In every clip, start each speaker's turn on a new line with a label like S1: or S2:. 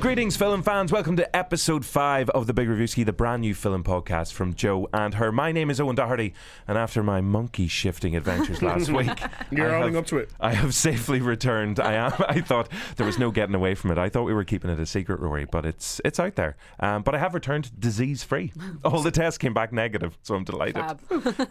S1: Greetings, film fans. Welcome to episode five of the Big Review Ski, the brand new film podcast from Joe and her. My name is Owen Doherty, and after my monkey shifting adventures last week,
S2: You're
S1: I
S2: owning
S1: have-
S2: up to it.
S1: I have safely returned. I am. I thought there was no getting away from it. I thought we were keeping it a secret, Rory, but it's it's out there. Um, but I have returned disease free. All the tests came back negative, so I'm delighted.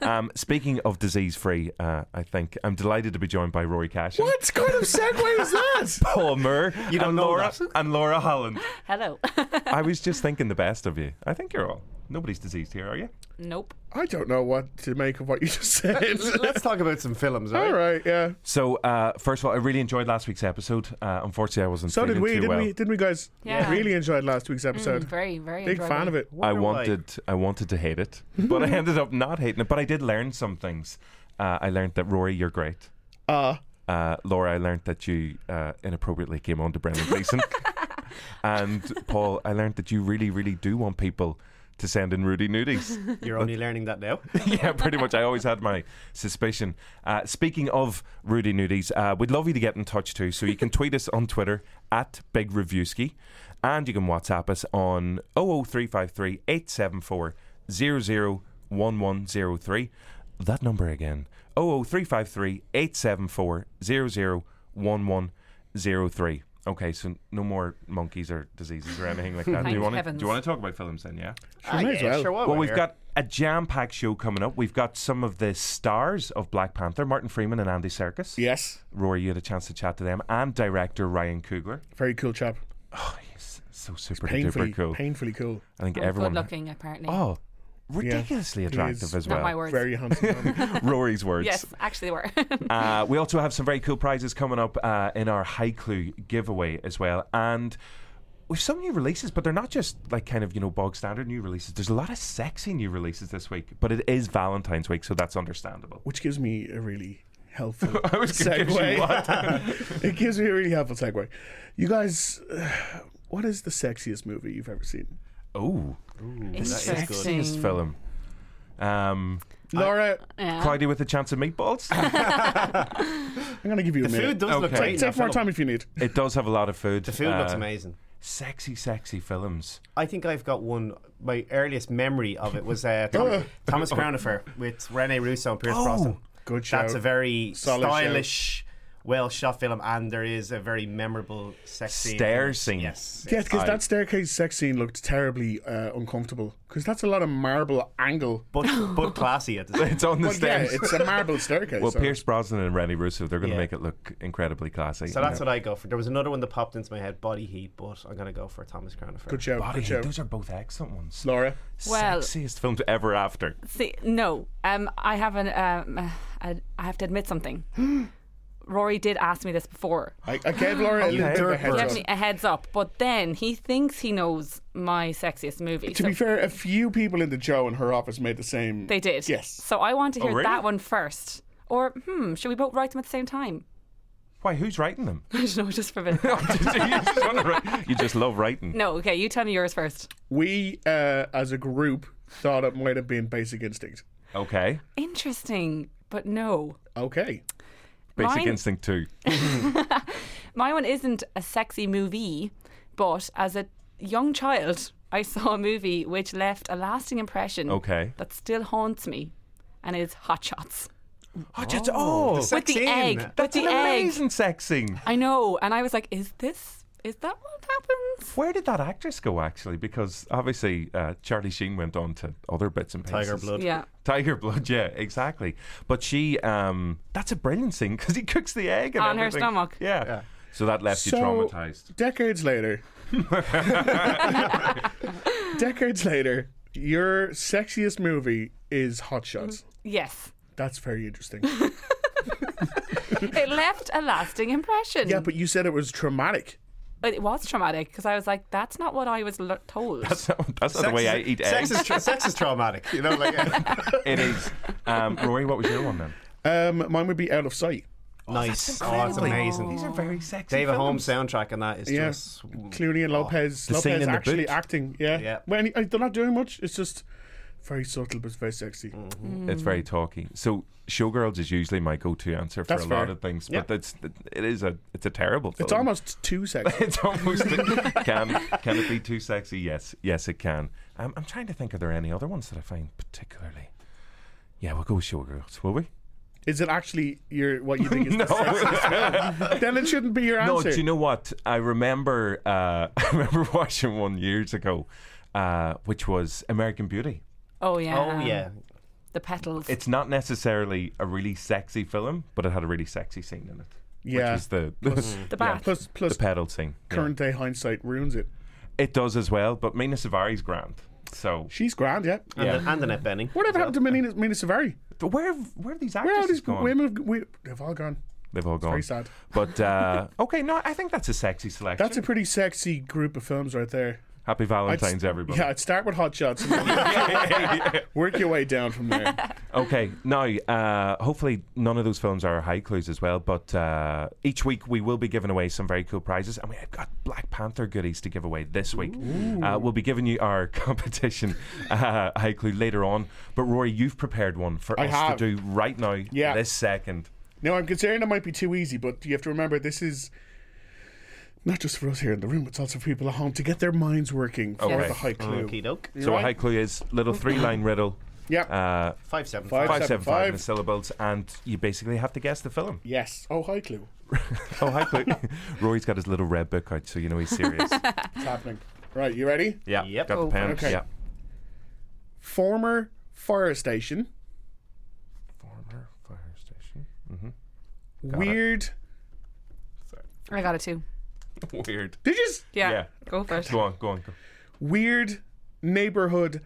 S1: um, speaking of disease free, uh, I think I'm delighted to be joined by Rory Cash.
S2: What kind of segue was that?
S1: Palmer
S2: You don't
S1: and
S2: know
S1: Laura
S2: that.
S1: and Laura Holland.
S3: Hello.
S1: I was just thinking the best of you. I think you're all. Nobody's diseased here, are you?
S3: nope.
S2: I don't know what to make of what you just said.
S4: Let's talk about some films, all
S2: All
S4: right?
S2: right, yeah.
S1: So, uh, first of all, I really enjoyed last week's episode. Uh, unfortunately, I wasn't.
S2: So did
S1: feeling
S2: we,
S1: too
S2: didn't
S1: well.
S2: we? Didn't we, guys?
S3: Yeah. Mm,
S2: Really enjoyed last week's episode.
S3: Very, very
S2: Big fan of it.
S1: I
S4: Wonder why.
S1: wanted I wanted to hate it, but I ended up not hating it. But I did learn some things. Uh, I learned that Rory, you're great.
S2: Uh,
S1: Uh, Laura, I learned that you uh, inappropriately came on to Brendan Gleeson. and Paul, I learned that you really, really do want people to send in Rudy Nudies.
S4: You're only learning that now.
S1: yeah, pretty much. I always had my suspicion. Uh, speaking of Rudy Nudies, uh, we'd love you to get in touch too. So you can tweet us on Twitter at Big Reviewski, and you can WhatsApp us on 00353 874 001103. That number again 00353 874 001103. Okay, so no more monkeys or diseases or anything like that. do
S3: Thank
S1: you want to? Do
S3: heavens.
S1: you want to talk about films then? Yeah.
S4: Ah,
S2: may
S4: yeah,
S2: as well.
S4: Sure, while
S1: Well,
S4: we're
S1: we've
S4: here.
S1: got a jam-packed show coming up. We've got some of the stars of Black Panther, Martin Freeman and Andy Serkis.
S2: yes.
S1: Rory, you had a chance to chat to them, and director Ryan Coogler. Oh,
S2: Very cool chap.
S1: He's so super
S2: Painfully,
S1: duper cool.
S2: painfully cool.
S1: I think
S3: Oh,
S1: everyone.
S3: Good looking, apparently.
S1: Oh, ridiculously
S2: He
S1: attractive
S2: is-
S1: as
S3: Not my
S1: well.
S3: words.
S2: Very handsome. man.
S1: Rory's words.
S3: yes, actually they were.
S1: Uh, we also have some very cool prizes coming up uh, in our High Clue giveaway as well. And with some new releases, but they're not just like kind of, you know, bog standard new releases. There's a lot of sexy new releases this week, but it is Valentine's week, so that's understandable.
S2: Which gives me a really helpful
S1: I was gonna give you
S2: segue. it gives me a really helpful segue. You guys, uh, what is the sexiest movie you've ever seen?
S1: Oh,
S3: Interesting.
S1: sexiest film. Um,
S2: Laura,
S3: Yeah.
S1: Cloudy with a Chance of Meatballs.
S2: I'm going to give you
S4: The
S2: a minute.
S4: food does look
S1: Okay.
S4: great.
S2: Take,
S4: in
S2: take
S4: that
S2: more
S4: film.
S2: time if you need.
S1: it does have a lot of food.
S4: The food looks
S1: Uh,
S4: amazing.
S1: Sexy, sexy films.
S4: I think I've got one. My earliest memory of it was uh, Tom, Thomas Crown Affair with Rene Russo and Pierce Brosnan.
S2: Oh, Good show.
S4: That's a very
S2: Solid shout.
S4: stylish, well shot film, and there is a very memorable sex scene.
S1: Stair scene.
S4: Yes.
S2: Yeah, because
S1: I-
S2: that staircase sex scene looked terribly uh, uncomfortable. Because that's a lot of marble angle.
S4: But, but classy at the same
S1: It's on the
S2: Well, yeah,
S1: stairs.
S2: it's a marble staircase.
S1: well,
S2: so-
S1: Pierce Brosnan and Rennie Russo, they're going to
S4: Yeah.
S1: make it look incredibly classy.
S4: So that's what I go for. There was another one that popped into my head, Body Heat, but I'm going to go for Thomas Crown Affair.
S2: Good show.
S1: Body
S2: good show.
S1: Heat, those are both excellent ones.
S2: Laura.
S3: Well-
S1: Sexiest films ever after.
S3: See, no. Um, I haven't. Um, uh, I, I have to admit something. Rory did ask me this before.
S2: I, I gave Laura a little bit of a
S4: dirt
S2: heads
S4: bird.
S2: up.
S3: Give me a heads up, but then he thinks he knows my sexiest movie.
S2: To
S3: so
S2: be fair, a few people in the Joe and her office made the same.
S3: they did.
S2: Yes.
S3: So I want to hear
S1: Oh, really?
S3: that one first. Or hmm, should we both write them at the same time?
S1: Why, who's writing them?
S3: I don't know, just for a bit. of
S1: you,
S3: fun.
S1: just wanna write- you just love writing.
S3: no, okay, you tell me yours first.
S2: We, uh, as a group, thought it might have been Basic Instinct.
S1: Okay.
S3: Interesting, but no.
S2: Okay.
S1: Basic
S3: Mine-
S1: Instinct 2.
S3: My one isn't a sexy movie, but as a young child, I saw a movie which left a lasting impression
S1: Okay.
S3: that still haunts me, and it's Hot Shots.
S1: Oh, just- oh,
S4: the
S3: With the
S4: Sex
S3: egg.
S4: scene.
S1: that's
S3: with
S1: an
S3: the egg.
S1: amazing sex scene.
S3: I know. And I was like, is this, is that what happens?
S1: Where did that actress go actually? Because obviously uh, Charlie Sheen went on to other bits and pieces.
S4: Tiger Blood.
S3: Yeah.
S1: Tiger Blood, yeah, exactly. But she, um, that's a brilliant scene because he cooks the egg and
S3: On her
S1: everything.
S3: stomach.
S1: Yeah. So that left
S2: So-
S1: you traumatized.
S2: Decades later. decades later, your sexiest movie is Hot Shots.
S3: Yes.
S2: That's very interesting.
S3: It left a lasting impression.
S2: yeah, but you said it was traumatic.
S3: But it was traumatic because I was like, that's not what I was l- told.
S1: That's not, that's not the way I eat eggs.
S4: sex Is tra- sex is traumatic. You know, like uh,
S1: It is. Um, Rory, what was your one then?
S2: Um, mine would be Out of Sight.
S4: nice. Oh, it's
S1: Incredibly.
S4: amazing.
S1: These are very sexy.
S4: David Holmes
S1: films.
S4: soundtrack and that is
S2: Yeah.
S4: just
S2: Clooney and Lopez.
S1: The scene
S2: Lopez
S1: in the
S2: actually
S1: boot.
S2: acting. Yeah.
S4: Yeah.
S2: When he- they're not doing much, it's just Very subtle, but very sexy.
S1: Mm-hmm. It's very talky. So Showgirls is usually my go-to answer for
S2: That's
S1: a lot
S2: fair.
S1: of things,
S4: Yeah.
S1: but that's it is a it's a terrible.
S2: It's
S1: film.
S2: almost too sexy.
S1: It's almost can can it be too sexy? Yes, yes, it can. Um, I'm trying to think. Are there any other ones that I find particularly? Yeah, we'll go with Showgirls, will we?
S2: Is it actually your what you think is
S1: No.
S2: the sexiest film? Then it shouldn't be your
S1: No,
S2: answer.
S1: do you know what? I remember. Uh, I remember watching one years ago, uh, which was American Beauty.
S3: Oh yeah.
S4: Oh yeah,
S3: The petals.
S1: It's not necessarily a really sexy film, but it had a really sexy scene in it.
S2: yeah.
S1: which is the
S3: the bath.
S2: plus, plus
S1: the pedal scene. yeah.
S2: current day hindsight ruins it.
S1: It does as well, but Mina Savari's grand. So
S2: She's grand, yeah.
S4: and, yeah. The, and the net bending.
S2: Whatever happened to Mina, Mina Savari?
S1: but where where are these
S2: Where are
S1: actresses
S2: all these
S1: gone?
S2: women? have- We, they've all gone.
S1: They've all gone.
S2: Very sad.
S1: But uh, okay, no, I think that's a sexy selection.
S2: That's a pretty sexy group of films right there.
S1: Happy
S2: I'd s-
S1: Valentine's, everybody.
S2: Yeah, I'd start with Hot Shots. and Work your way down from there.
S1: Okay, now uh, hopefully none of those films are high clues as well. But uh, each week we will be giving away some very cool prizes, and we've got Black Panther goodies to give away this week. Uh, we'll be giving you our competition uh, high clue later on. But Rory, you've prepared one for
S2: I
S1: us
S2: have.
S1: to do right now,
S2: Yeah.
S1: this second.
S2: Now, I'm concerned it might be too easy, but you have to remember this is not just for us here in the room, it's also for people at home to get their minds working for
S1: Okay.
S2: the high clue.
S4: Okie doke.
S1: So our
S2: right.
S1: high clue is
S3: Mm.
S1: little three-line riddle.
S2: Yeah.
S1: Uh,
S4: Five seven
S2: Five
S4: five.
S1: Five seven five in the
S2: five.
S1: syllables, and you basically have to guess the film.
S2: Yes. Oh, high clue.
S1: Oh, hi, Clu- Rory's got his little red book out, so you know he's serious.
S2: It's happening. Right, you ready?
S1: Yeah,
S4: Yep.
S1: got the
S3: Oh,
S1: pen.
S2: okay.
S1: Yeah.
S2: Former fire station,
S1: Former fire station. Mm-hmm.
S2: weird.
S3: I got it too.
S1: Weird.
S2: Did you? s-
S3: Yeah.
S1: Yeah.
S3: Go for it.
S1: Go on, go on. Go.
S2: Weird neighborhood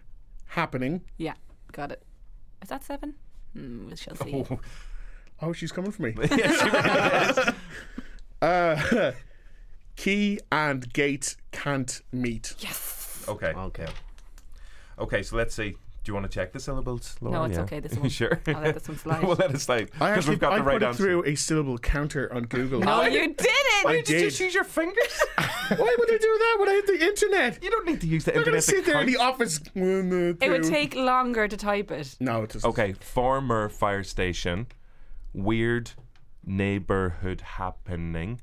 S2: happening.
S3: Yeah. Got it. Is that seven? Hmm, we shall see.
S2: Oh, she's coming for me.
S1: Yes, you
S2: Uh, key and gate can't meet.
S3: Yes.
S1: Okay.
S4: Okay.
S1: Okay, so let's see. Do you want to check the syllables, Laura?
S3: No, it's
S1: Yeah.
S3: okay, this one.
S1: sure.
S3: I'll let this one slide.
S1: we'll let it slide.
S2: I
S1: Because
S2: actually
S1: we've got
S2: I
S1: the right
S2: put it
S1: answer.
S2: through a syllable counter on Google.
S3: No, you did it.
S2: I
S3: You
S2: did.
S3: just-
S1: Just use your fingers.
S2: Why would I do that when I had the internet?
S1: you don't need to use the
S2: I'm gonna
S1: internet. to
S2: sit there in the
S1: count.
S2: office. One, uh,
S3: It would
S2: two.
S3: take longer to type it.
S2: No, it doesn't.
S1: Okay, former fire station, weird neighborhood happening.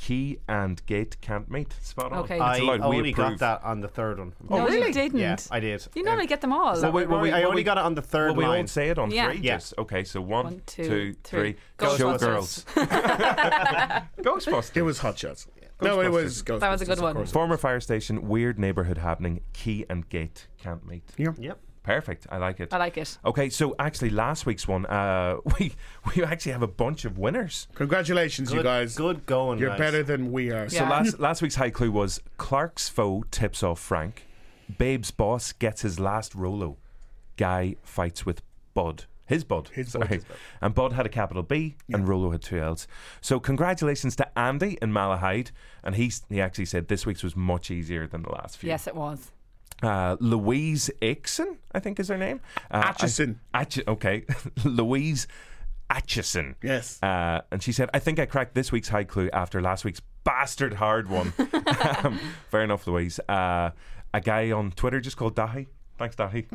S1: Key and gate can't meet. Spot on.
S3: Okay. Oh,
S1: It's
S4: I
S1: allowed. We
S4: only
S1: approve.
S4: got that on the third one.
S3: no,
S1: Oh, really?
S3: you didn't.
S4: Yeah, I did.
S3: You
S4: Um,
S3: normally get them all.
S1: So wait,
S4: Well,
S1: wait,
S4: I
S1: wait,
S4: only
S1: wait.
S4: got it on the third
S1: Well, we
S4: line.
S1: all say it on
S3: Yeah.
S1: three.
S4: Yeah.
S1: Yes. Okay. So one,
S3: One, two,
S1: two,
S3: three.
S1: three.
S3: Ghostbusters.
S1: Showgirls. Ghostbusters.
S2: It was hot shots. No, it was.
S3: That was a good
S2: Ghostbusters, of
S3: one.
S2: course.
S1: Former fire station, weird neighborhood happening. Key and gate can't meet.
S2: Yeah.
S4: Yep.
S1: Perfect. I like it.
S3: I like it.
S1: Okay, so actually, last week's one, uh, we we actually have a bunch of winners.
S2: Congratulations, you
S4: Good-
S2: guys.
S4: Good going.
S2: You're
S4: guys.
S2: better than we are.
S3: Yeah.
S1: So last last week's high clue was Clark's foe tips off Frank, Babe's boss gets his last Rolo, Guy fights with Bud. His Bud.
S2: His
S1: sorry.
S2: Bud. His
S1: And Bud had a capital B and Rolo had two L's. So congratulations to Andy and Malahide. And he, s- he actually said this week's was much easier than the last few.
S3: Yes, it was.
S1: Uh, Louise Ixon, I think is her name. Uh, I-
S2: Atchison.
S1: Atch- okay. Louise Atchison.
S2: Yes.
S1: Uh, and she said, I think I cracked this week's high clue after last week's bastard hard one. um, fair enough, Louise. Uh, a guy on Twitter just called Dahi. Thanks, Dahi.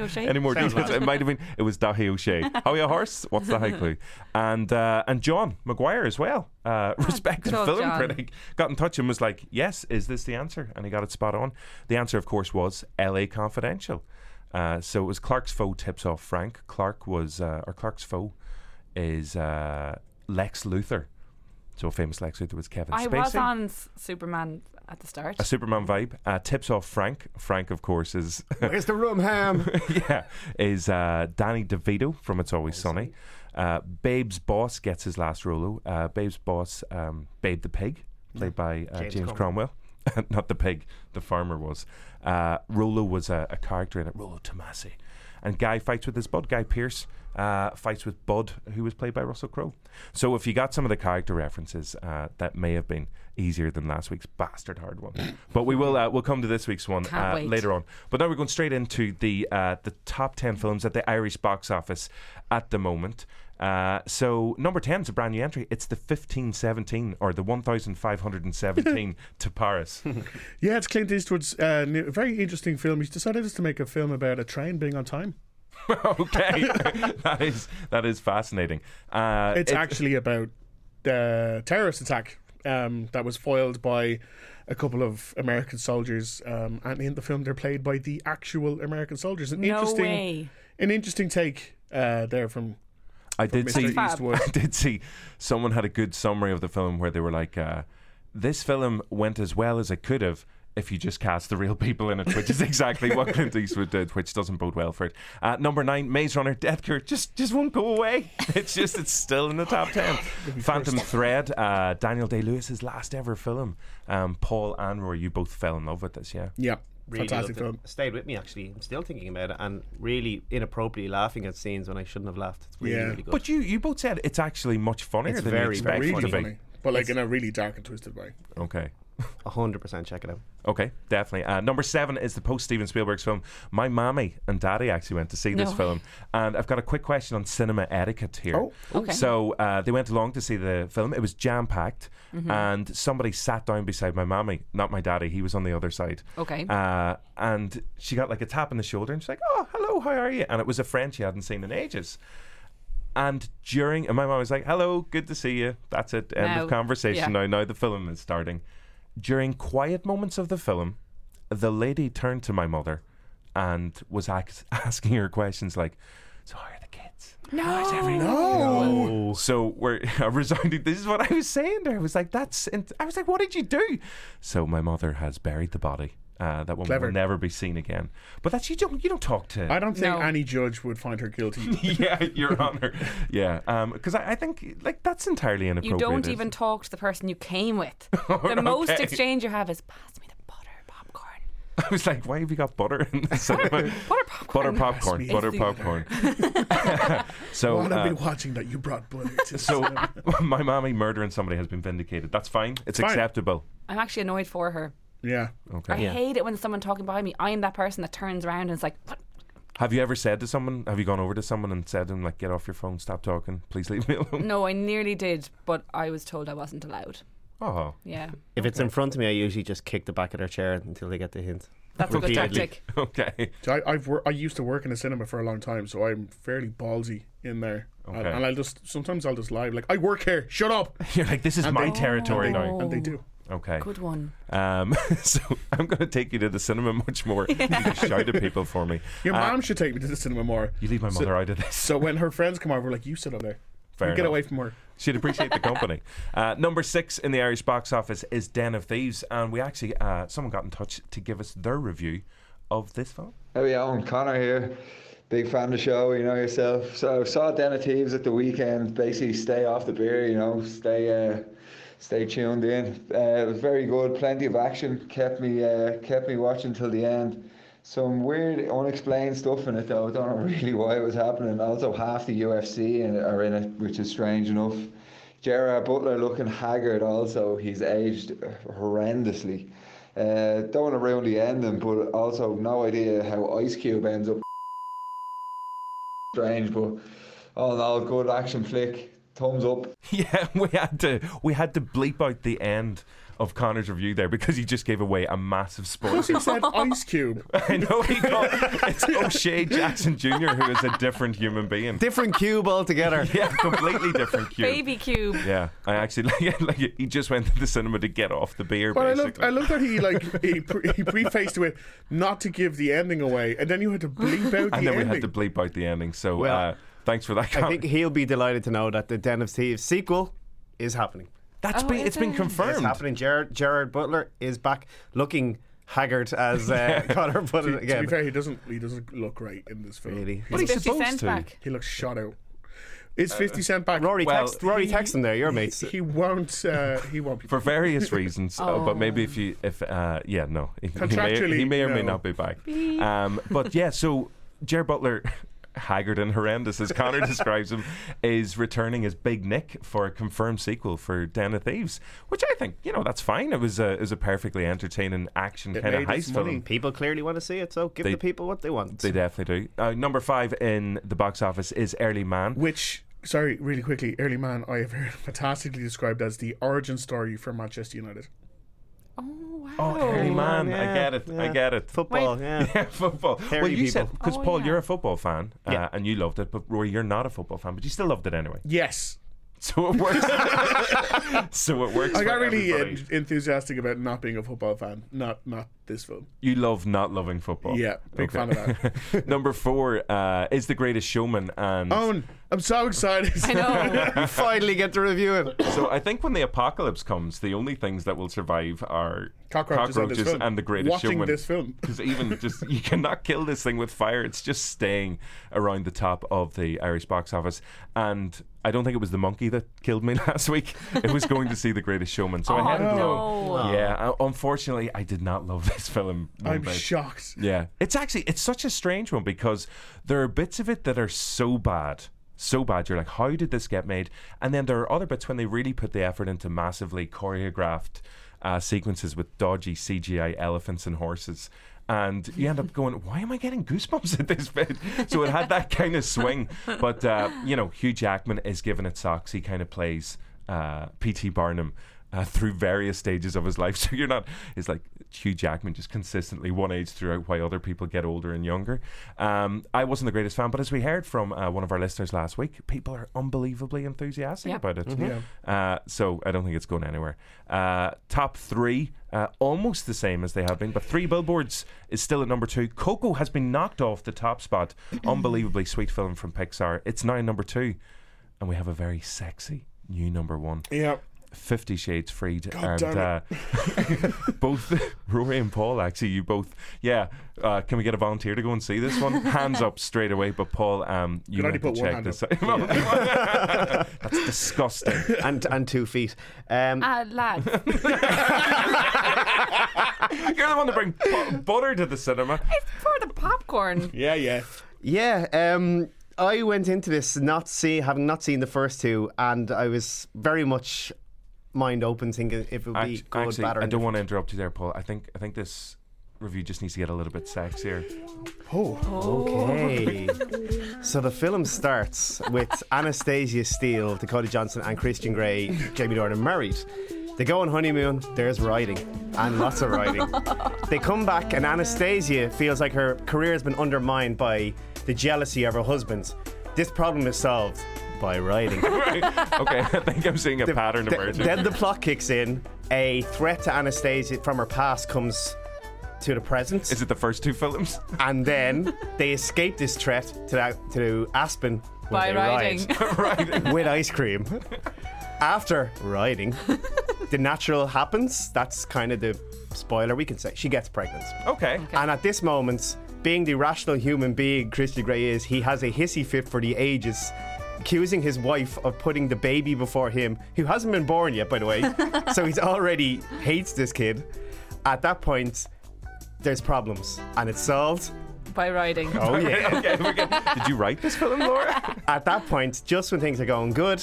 S3: O'Shea?
S1: Any more
S4: Sounds
S1: details? It might have been, it was Dahi O'Shea. How are you, horse? What's the high clue? And uh, and John McGuire as well, uh, respected
S3: good old
S1: film
S3: John.
S1: critic, got in touch and was like, Yes, is this the answer? And he got it spot on. The answer, of course, was LA Confidential. Uh, so it was Clark's foe tips off Frank. Clark was, uh, or Clark's foe is uh, Lex Luthor. So famous Lex Luthor was Kevin
S3: I
S1: Spacey.
S3: was on S- Superman at the start.
S1: a Superman vibe. Uh, tips off Frank. Frank, of course, is
S4: Where's the room, Ham?
S1: yeah is uh, Danny DeVito from It's Always Sunny. Uh, Babe's boss gets his last Rolo. Uh, Babe's boss, um, Babe the pig, played by uh, James,
S4: James
S1: Cromwell. Not the pig, the farmer was. Uh, Rolo was a, a character in it. Rolo Tomasi. And Guy fights with his bud. Guy Pierce uh, fights with Bud, who was played by Russell Crowe. So if you got some of the character references, uh, that may have been easier than last week's bastard hard one. but we will uh, we'll come to this week's one
S3: Can't
S1: uh,
S3: wait.
S1: later on. But now we're going straight into the uh, the top ten films at the Irish box office at the moment. Uh, so number 10 is a brand new entry. It's the 1517 or the 1517 to Paris.
S2: Yeah, it's Clint Eastwood's uh, new, very interesting film. He's decided just to make a film about a train being on time.
S1: okay, that is that is fascinating. Uh,
S2: It's
S1: it-
S2: actually about the terrorist attack um, that was foiled by a couple of American soldiers, um, and in the film they're played by the actual American soldiers. An
S3: No
S2: interesting,
S3: way.
S2: an interesting take uh, there from
S1: I did
S2: Mr.
S1: see
S3: Fab.
S2: Eastwood.
S1: I did see someone had a good summary of the film where they were like, uh, "This film went as well as it could have." If you just cast the real people in it, which is exactly what Clint Eastwood did, which doesn't bode well for it. Uh, number nine, Maze Runner, Death Cure, just just won't go away. It's just it's still in the top ten. Phantom Thread, uh, Daniel Day Lewis's last ever film. Um, Paul and Roy, you both fell in love with this, yeah?
S2: yeah,
S4: Really
S2: fantastic
S4: loved
S2: film.
S4: it. Stayed with me actually. I'm still thinking about it and really inappropriately laughing at scenes when I shouldn't have laughed. It's really,
S2: Yeah.
S4: really good.
S1: But you you both said it's actually much funnier
S4: It's
S1: than you
S4: very,
S1: expected
S4: very
S1: to
S2: Really
S1: be.
S2: funny, but like in a really dark and twisted way.
S1: Okay.
S4: hundred percent check it out.
S1: Okay, definitely. Uh, number seven is the post Steven Spielberg's film. My mommy and daddy actually went to see this
S3: No.
S1: film, and I've got a quick question on cinema etiquette here.
S2: Oh,
S3: okay.
S1: So uh, they went along to see the film. It was jam packed,
S3: Mm-hmm.
S1: and somebody sat down beside my mommy, not my daddy. He was on the other side.
S3: Okay.
S1: Uh, and she got like a tap on the shoulder, and she's like, "Oh, hello, how are you?" And it was a friend she hadn't seen in ages. And during, and my mom was like, "Hello, good to see you." That's it. End
S3: Now,
S1: of conversation.
S3: yeah.
S1: Now, now the film is starting. During quiet moments of the film, the lady turned to my mother and was ax- asking her questions like, "So how are the kids?"
S3: no.
S2: No.
S1: So we're a resounding. This is what I was saying to her. I was like, "That's." In-. I was like, "What did you do?" So my mother has buried the body. Uh, that woman
S2: Clever.
S1: will never be seen again. But that's you don't you don't talk to.
S2: I don't think
S3: No.
S2: any judge would find her guilty.
S1: yeah, Your Honor. Yeah, because I, I think like that's entirely
S3: You
S1: inappropriate.
S3: don't
S1: isn't
S3: even
S1: it?
S3: talk to the person you came with. The most
S1: Okay.
S3: exchange you have is pass me the butter popcorn.
S1: I was like, why have you got butter in the cinema?
S3: Butter popcorn.
S1: butter popcorn.
S2: It's
S1: Butter
S3: the-
S1: popcorn. so.
S2: Want to
S1: uh,
S2: be watching that you brought butter to
S1: so my mommy murdering somebody has been vindicated. That's fine. It's
S2: Fine.
S1: acceptable.
S3: I'm actually annoyed for her.
S2: yeah.
S1: Okay.
S3: I hate it when someone talking behind me. I am that person that turns around and is like, "What?"
S1: Have you ever said to someone, have you gone over to someone and said to them, like, get off your phone, stop talking, please leave me alone?
S3: no, I nearly did, but I was told I wasn't allowed.
S1: Oh.
S3: Yeah.
S4: If it's in front of me, I usually just kick the back of their chair until they get the hint.
S3: That's a good
S4: Repeatedly.
S3: tactic.
S1: Okay.
S2: So I, I've wor- I used to work in a cinema for a long time, so I'm fairly ballsy in there. And-
S1: Okay.
S2: And I'll just sometimes I'll just lie like I work here. Shut up.
S1: You're like, this is
S2: And
S1: my
S2: they-
S1: territory
S2: and they,
S1: now.
S2: And they do.
S1: Okay.
S3: Good one.
S1: Um, so I'm going to take you to the cinema much more. You can shout at people for me.
S2: Your
S1: Uh,
S2: mom should take me to the cinema more.
S1: You leave my mother out of this.
S2: So when her friends come over, like you sit over there,
S1: Fair
S2: You get
S1: enough.
S2: away from her.
S1: She'd appreciate the company. Uh, number six in the Irish box office is Den of Thieves, and we actually uh, someone got in touch to give us their review of this film.
S5: How you on? Connor here. Big fan of the show, you know yourself. So saw Den of Thieves at the weekend. Basically, stay off the beer, you know. Stay, uh, stay tuned in. Uh, it was very good. Plenty of action. Kept me, uh, kept me watching till the end. Some weird, unexplained stuff in it though. Don't know really why it was happening. Also, half the UFC in, are in it, which is strange enough. Gerard Butler looking haggard. Also, he's aged horrendously. Uh, don't want to ruin the ending, but also no idea how Ice Cube ends up. Strange, but all in all, good action flick. Thumbs up.
S1: Yeah, we had to we had to bleep out the end of Connor's review there because he just gave away a massive spoiler.
S2: She said Ice Cube.
S1: I know he called it's O'Shea Jackson Jr. who is a different human being.
S4: Different cube altogether.
S1: Yeah, completely different cube.
S3: Baby cube.
S1: Yeah, I actually like, like he just went to the cinema to get off the beer.
S2: But I
S1: basically.
S2: loved, I loved that he like he, pre- he prefaced it with not to give the ending away, and then you had to bleep out the
S1: and then
S2: ending.
S1: we had to bleep out the ending. So
S4: Well,
S1: uh, thanks for that.
S4: I
S1: Connor.
S4: think he'll be delighted to know that the Den of Thieves sequel is happening.
S1: That's
S3: Oh,
S1: been
S3: is
S1: it's been
S3: it?
S1: confirmed.
S4: It's happening. Gerard, Gerard Butler is back looking haggard, as uh, Connor put it
S2: to be
S4: again.
S2: fair, he doesn't he doesn't look right in this film.
S4: Really. Uh,
S1: But he's
S3: 50
S1: supposed
S3: cent
S1: to.
S3: back.
S2: He looks shot out. Is Fifty Cent back?
S4: Rory,
S1: Well,
S4: text, Rory text him there, your mates.
S2: He won't. Uh, he won't be.
S1: for various reasons. uh,
S3: Oh.
S1: but maybe if you, if uh, yeah, no, he, he may,
S2: Contractually,
S1: he may or may
S2: no.
S1: not be back. Um, but yeah, so Jared Butler. Haggard and horrendous, as Connor describes him, is returning as Big Nick for a confirmed sequel for Den of Thieves, which I think you know that's fine. It was a it was a perfectly entertaining action kind of
S2: made its
S1: heist film.
S2: money.
S4: People clearly want to see it, so give
S1: They-
S4: the people what they want.
S1: They definitely do. Uh, number five in the box office is Early Man.
S2: Which sorry, really quickly, early man, I have heard fantastically described as the origin story for Manchester United.
S3: Oh wow!
S1: Oh, early man, I
S4: yeah,
S1: get it. I
S4: yeah.
S1: get it.
S4: Football, yeah.
S1: Yeah, football. well,
S4: Hairy
S1: you said
S4: people.
S1: because
S3: Oh,
S1: Paul,
S3: yeah.
S1: you're a football fan, uh,
S4: Yeah.
S1: and you loved it. But Rory, you're not a football fan, but you still loved it anyway.
S2: Yes,
S1: So it works. so it works.
S2: I got
S1: for
S2: really
S1: everybody.
S2: en- enthusiastic about not being a football fan. Not not this film.
S1: You love not loving football.
S2: Yeah, big fan of
S1: that. Number four uh, is the greatest showman, and
S2: Owen, I'm so excited.
S3: I know.
S4: You finally get to review it.
S1: so I think when the apocalypse comes, the only things that will survive are
S2: Cockroaches, on this
S1: cockroaches
S2: film.
S1: and the greatest
S2: Watching
S1: showman.
S2: this film.
S1: because even just you cannot kill this thing with fire. It's just staying around the top of the Irish box office. And I don't think it was the monkey that killed me last week. It was going to see The Greatest Showman. So
S3: oh
S1: I had to go.
S3: no!
S1: Yeah, uh, unfortunately, I did not love this film. one
S2: I'm
S1: bit.
S2: shocked.
S1: Yeah, it's actually it's such a strange one because there are bits of it that are so bad, so bad. You're like, how did this get made? And then there are other bits when they really put the effort into massively choreographed uh, sequences with dodgy CGI elephants and horses. And you end up going, why am I getting goosebumps at this bit? So it had that kind of swing. But, uh, you know, Hugh Jackman is giving it socks. He kind of plays uh, P.T. Barnum uh, through various stages of his life. So you're not, it's like Hugh Jackman just consistently one age throughout while other people get older and younger. Um, I wasn't the greatest fan, but as we heard from uh, one of our listeners last week, people are unbelievably enthusiastic
S3: Yeah.
S1: about it.
S2: Mm-hmm.
S1: Uh, so I don't think it's going anywhere. Uh, top three, uh, almost the same as they have been, but Three Billboards is still at number two. Coco has been knocked off the top spot. Unbelievably sweet film from Pixar. It's now number two. And we have a very sexy new number one.
S2: Yeah.
S1: Fifty Shades Freed
S2: God
S1: and uh,
S2: damn
S1: both Rory and Paul actually you both yeah uh, can we get a volunteer to go and see this one hands up straight away but Paul um, you
S2: Could
S1: have
S2: only put
S1: to
S2: one
S1: check
S2: hand
S1: this out that's disgusting
S4: And and two feet. Um,
S3: Ah, lads.
S1: you're the one to bring bu- butter to the cinema
S3: It's for the popcorn.
S2: Yeah, yeah.
S4: Yeah, um, I went into this not see having not seen the first two, and I was very much mind open, thinking if it would be
S1: Act-
S4: good,
S1: actually
S4: bad, or
S1: I don't
S4: indifferent.
S1: want to interrupt you there Paul I think I think this review just needs to get a little bit sexier
S2: Oh,
S4: Okay. so the film starts with Anastasia Steele, Dakota Johnson, and Christian Grey, Jamie Dornan married. They go on honeymoon, there's riding, and lots of riding. they come back, and Anastasia feels like her career has been undermined by the jealousy of her husband. This problem is solved by riding.
S1: right okay I think I'm seeing a pattern
S4: Th-
S1: emerging
S4: Then the plot kicks in. A threat to Anastasia from her past comes to the present,
S1: is it the first two films
S4: and then they escape this threat to the, to Aspen where
S3: By
S4: they
S3: riding.
S4: ride with ice cream. After riding, the natural happens. That's kind of the spoiler we can say. She gets pregnant,
S1: okay
S4: and at this moment, being the rational human being Christian Grey is, he has a hissy fit for the ages. Accusing his wife of putting the baby before him, who hasn't been born yet, by the way, so he's already hates this kid. At that point, there's problems, and it's solved.
S3: By riding.
S4: Oh yeah!
S1: okay, we can- did you write this film Laura
S4: At that point, just when things are going good,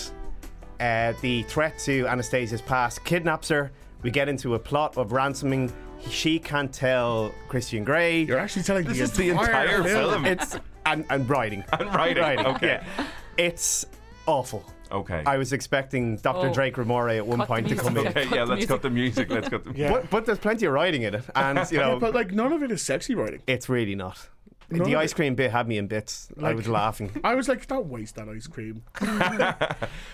S4: uh, the threat to Anastasia's past kidnaps her. We get into a plot of ransoming. She can't tell Christian Grey.
S2: you're actually telling
S1: This
S2: the
S1: is the entire film.
S4: it's and, and riding.
S1: And writing, okay.
S4: yeah. It's awful.
S1: okay
S4: I was expecting Dr.
S3: Oh.
S4: Drake Ramore at one
S3: Cut the
S4: point to
S3: music.
S4: come in.
S1: Okay,
S3: Cut
S1: yeah,
S3: the
S1: let's cut the music. Let's cut the music.
S2: Yeah.
S4: But, but there's plenty of riding in it. And, you
S2: Yeah,
S4: know,
S2: but like none of it is sexy writing.
S4: it's really not.
S2: of
S4: the
S2: it-
S4: ice cream bit had me in bits. I
S2: Like-
S4: was laughing.
S2: I was like, don't waste that ice cream.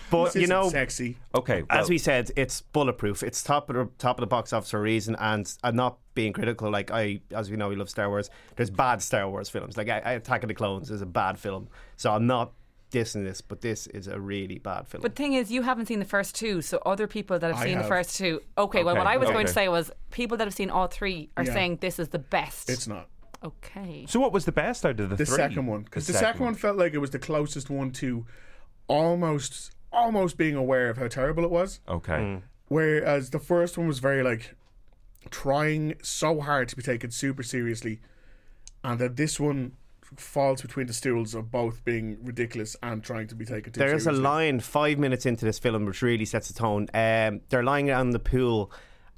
S4: But,
S2: This
S4: you
S2: isn't
S4: know,
S2: sexy.
S1: Okay,
S4: as
S1: well,
S4: we said, it's bulletproof. It's top of the, top of the box office for a reason, and I'm not being critical. Like I, as we know, we love Star Wars. There's bad Star Wars films. Like I, I Attack of the Clones is a bad film, so I'm not dissing this, but this is a really bad film.
S3: But thing is, you haven't seen the first two, so other people that have
S2: I
S3: seen
S2: have.
S3: the first two. Okay, well,
S1: Okay,
S3: what I was going
S1: okay.
S3: to say was people that have seen all three are
S2: Yeah.
S3: saying this is the best.
S2: It's not.
S3: okay.
S1: so what was the best out of the,
S2: The
S1: three?
S2: second one. Because the, second one felt like it was the closest one to almost almost being aware of how terrible it was.
S1: Okay.
S4: Mm.
S2: Whereas the first one was very like trying so hard to be taken super seriously, and that this one falls between the stools of both being ridiculous and trying to be taken too
S4: There is a
S2: seriously.
S4: line five minutes into this film which really sets the tone. Um, they're lying on the pool,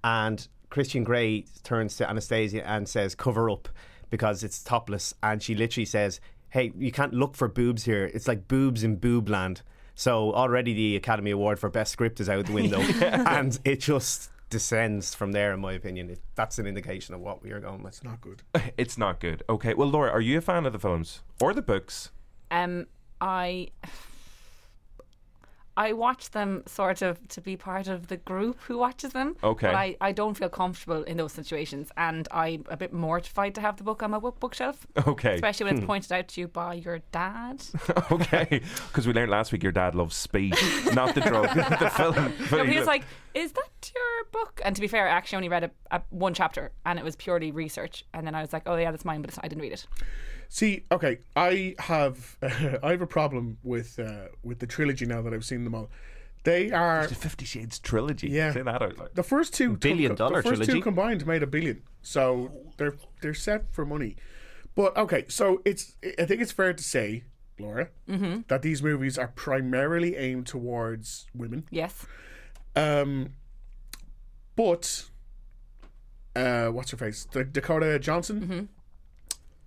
S4: and Christian Grey turns to Anastasia and says, "Cover up," because it's topless, and she literally says, "Hey, you can't look for boobs here. It's like boobs in boob land." So already the Academy Award for Best Script is out the window, and it just descends from there. In my opinion, it, that's an indication of what we are going with.
S2: It's not good.
S1: It's not good. Okay. Well, Laura, are you a fan of the films or the books?
S3: Um, I I watch them sort of to be part of the group who watches them.
S1: Okay.
S3: But I, I don't feel comfortable in those situations, and I'm a bit mortified to have the book on my book- bookshelf,
S1: Okay.
S3: especially when it's pointed out to you by your dad.
S1: okay. Because we learned last week your dad loves speed, not the drug, the film.
S3: no, he was like, "Is that your book?" And to be fair, I actually only read a, a, one chapter, and it was purely research. And then I was like, "Oh yeah, that's mine," but it's, I didn't read it.
S2: See, okay, I have I have a problem with uh, with the trilogy now that I've seen them all. They are
S1: the Fifty Shades trilogy.
S2: Yeah.
S1: Say that out loud.
S2: the first two
S4: Billion
S2: the
S4: dollar
S2: first
S4: trilogy.
S2: two combined made a billion, so they're they're set for money. But okay, so it's I think it's fair to say, Laura,
S3: Mm-hmm.
S2: that these movies are primarily aimed towards women.
S3: Yes,
S2: Um, but uh, what's her face? Da- Dakota Johnson.
S3: Mm-hmm.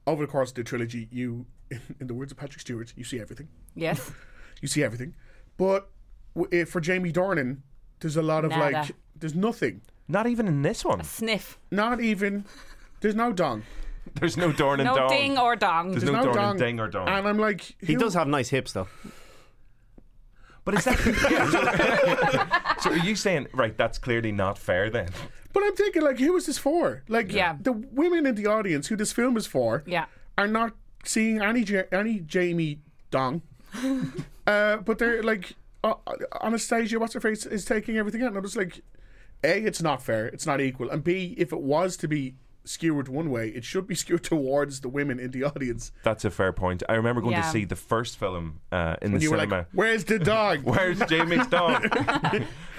S2: Over the course of the trilogy, you, in the words of Patrick Stewart, you see everything.
S3: yes,
S2: You see everything. But w- if for Jamie Dornan, there's a lot of
S3: Nada.
S2: like, there's nothing.
S1: Not even in this one.
S3: sniff,
S2: Not even. There's no dong.
S1: There's no Dorn and
S3: no
S1: Dong.
S3: ding or dong.
S1: There's
S2: There's
S1: no,
S2: no
S1: Dorn
S2: dong.
S1: and Ding or Dong.
S2: And I'm like,
S4: He
S2: who-
S4: does have nice hips, though.
S1: but is that. so are you saying, right, that's clearly not fair then?
S2: But I'm thinking, like, who is this for? Like,
S3: Yeah.
S2: the women in the audience who this film is for,
S3: Yeah.
S2: are not seeing any ja- any Jamie Dong. uh, but they're like, uh, Anastasia, what's her face, is taking everything out, and I'm just like, a, it's not fair, it's not equal, and b, if it was to be skewered one way, it should be skewered towards the women in the audience.
S1: That's a fair point. I remember going to
S3: Yeah.
S1: see the first film uh, in the
S2: You were
S1: cinema.
S2: like, where's the dog?
S1: Where's Jamie's dog?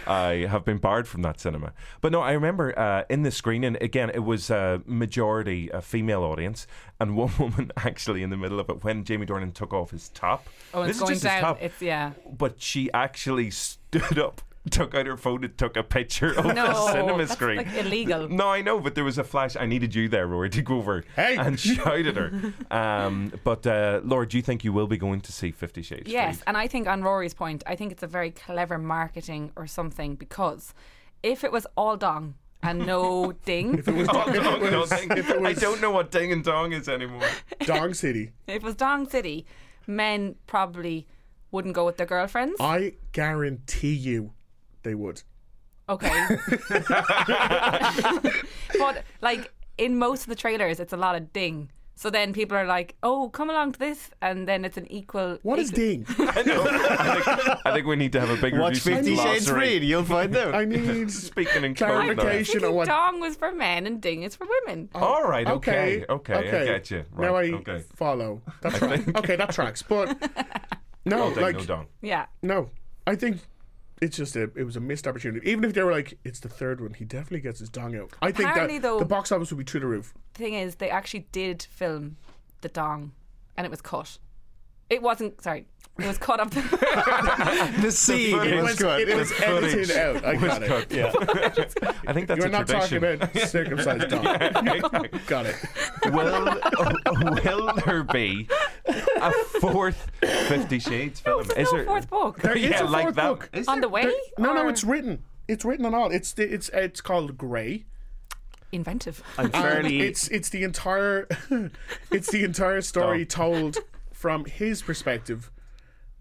S1: I have been barred from that cinema. But no, I remember uh, in the screening, again, it was a majority a female audience, and one woman actually in the middle of it, when Jamie Dornan took off his top.
S3: Oh, it's
S1: this
S3: going
S1: is just
S3: down.
S1: his top.
S3: It's yeah.
S1: but she actually stood up, took out her phone, and took a picture of
S3: No,
S1: the cinema
S3: that's
S1: screen.
S3: like illegal.
S1: No, I know, but there was a flash. I needed you there, Rory, to go over
S2: Hey!
S1: and shout at her. Um, but uh, Laura, do you think you will be going to see Fifty Shades?
S3: Yes,
S1: Freed?
S3: and I think on Rory's point, I think it's a very clever marketing or something because if it was all dong and no ding, if it was,
S1: Oh, no, no, thank you. I
S2: was-
S1: don't know what ding and dong is anymore.
S2: Dong City.
S3: dong city, men probably wouldn't go with their girlfriends.
S2: I guarantee you, they would.
S3: Okay, but like in most of the trailers, it's a lot of ding. So then people are like, "Oh, come along to this," and then it's an equal.
S2: What is
S3: equal-
S2: ding?
S1: I, know. I think, I think we need to have a big
S4: Watch
S1: review
S4: Fifty Shades
S1: glossary.
S4: Freed, you'll find out.
S2: I need
S1: Speaking in code now.
S3: I was
S2: clarification on
S3: thinking
S2: what Oh,
S3: dong was for men and ding is for women.
S1: All right, okay, okay, I
S2: okay.
S1: get you. Right,
S2: now I
S1: okay.
S2: follow. That tracks. Okay, that tracks. But no,
S1: Ding,
S2: like
S1: no
S2: no,
S1: dong.
S3: Yeah,
S2: I think it's just a it was a missed opportunity. Even if they were like, it's the third one, he definitely gets his dong out. I think
S3: Apparently,
S2: that
S3: though-
S2: the box office would be through the roof.
S3: thing is, they actually did film the dong, and it was cut. It wasn't. Sorry, it was cut up. The,
S4: the scene
S1: footage-
S4: was
S1: That's
S4: good.
S2: it was
S1: That's
S2: edited
S1: footage.
S2: out. I got it.
S1: Yeah. I think that's
S2: You're
S1: a
S2: not talking
S1: tradition.
S2: about circumcised dong. Got it.
S1: will, will there be a fourth Fifty Shades film?
S3: there's no fourth book
S2: There is
S1: Yeah,
S2: a
S1: like
S2: fourth
S1: that.
S2: book.
S3: on the way.
S2: No, no,
S3: or-
S2: it's written. It's written and all. It's the, it's it's called Grey.
S3: inventive.
S4: I'm
S2: And
S4: fairly.
S2: it's it's the entire it's the entire story told from his perspective,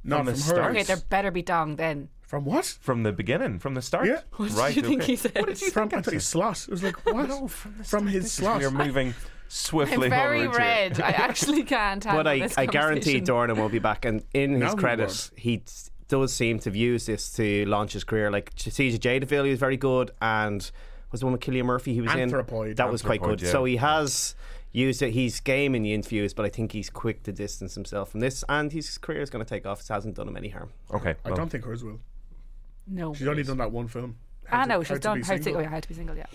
S2: not
S1: From the
S2: from,
S1: start?
S2: hers.
S3: Okay, there better be dong then.
S2: From what?
S1: From the beginning, from the start.
S2: Yeah.
S3: What
S1: right,
S3: do you think
S1: okay.
S3: he said? What did you
S2: From I thought his slot. It was like what?
S1: from,
S2: from his slot.
S1: We are moving
S3: I'm
S1: swiftly
S3: very
S1: onward here.
S3: red. I actually can't handle
S4: But I,
S3: this
S4: I guarantee
S3: conversation.
S4: Dornan will be back. And in
S2: No,
S4: his
S2: he
S4: credit, he t- does seem to have used this to launch his career. Like CJ Deville, he was very good, and was the one with Killian Murphy he was in.
S2: Anthropoid.
S4: That was quite
S1: Anthropoid,
S4: good.
S1: yeah.
S4: So he has used it. He's game in the interviews, but I think he's quick to distance himself from this, and his career is going to take off. It hasn't done him any harm.
S1: Okay.
S2: I
S1: well,
S2: don't think hers will.
S3: No.
S2: She's only done that one film.
S3: I
S2: How to-
S3: know
S2: How
S3: she's
S2: to
S3: done
S2: Be
S3: how to,
S2: Single.
S3: oh, yeah, how to be single. Yeah.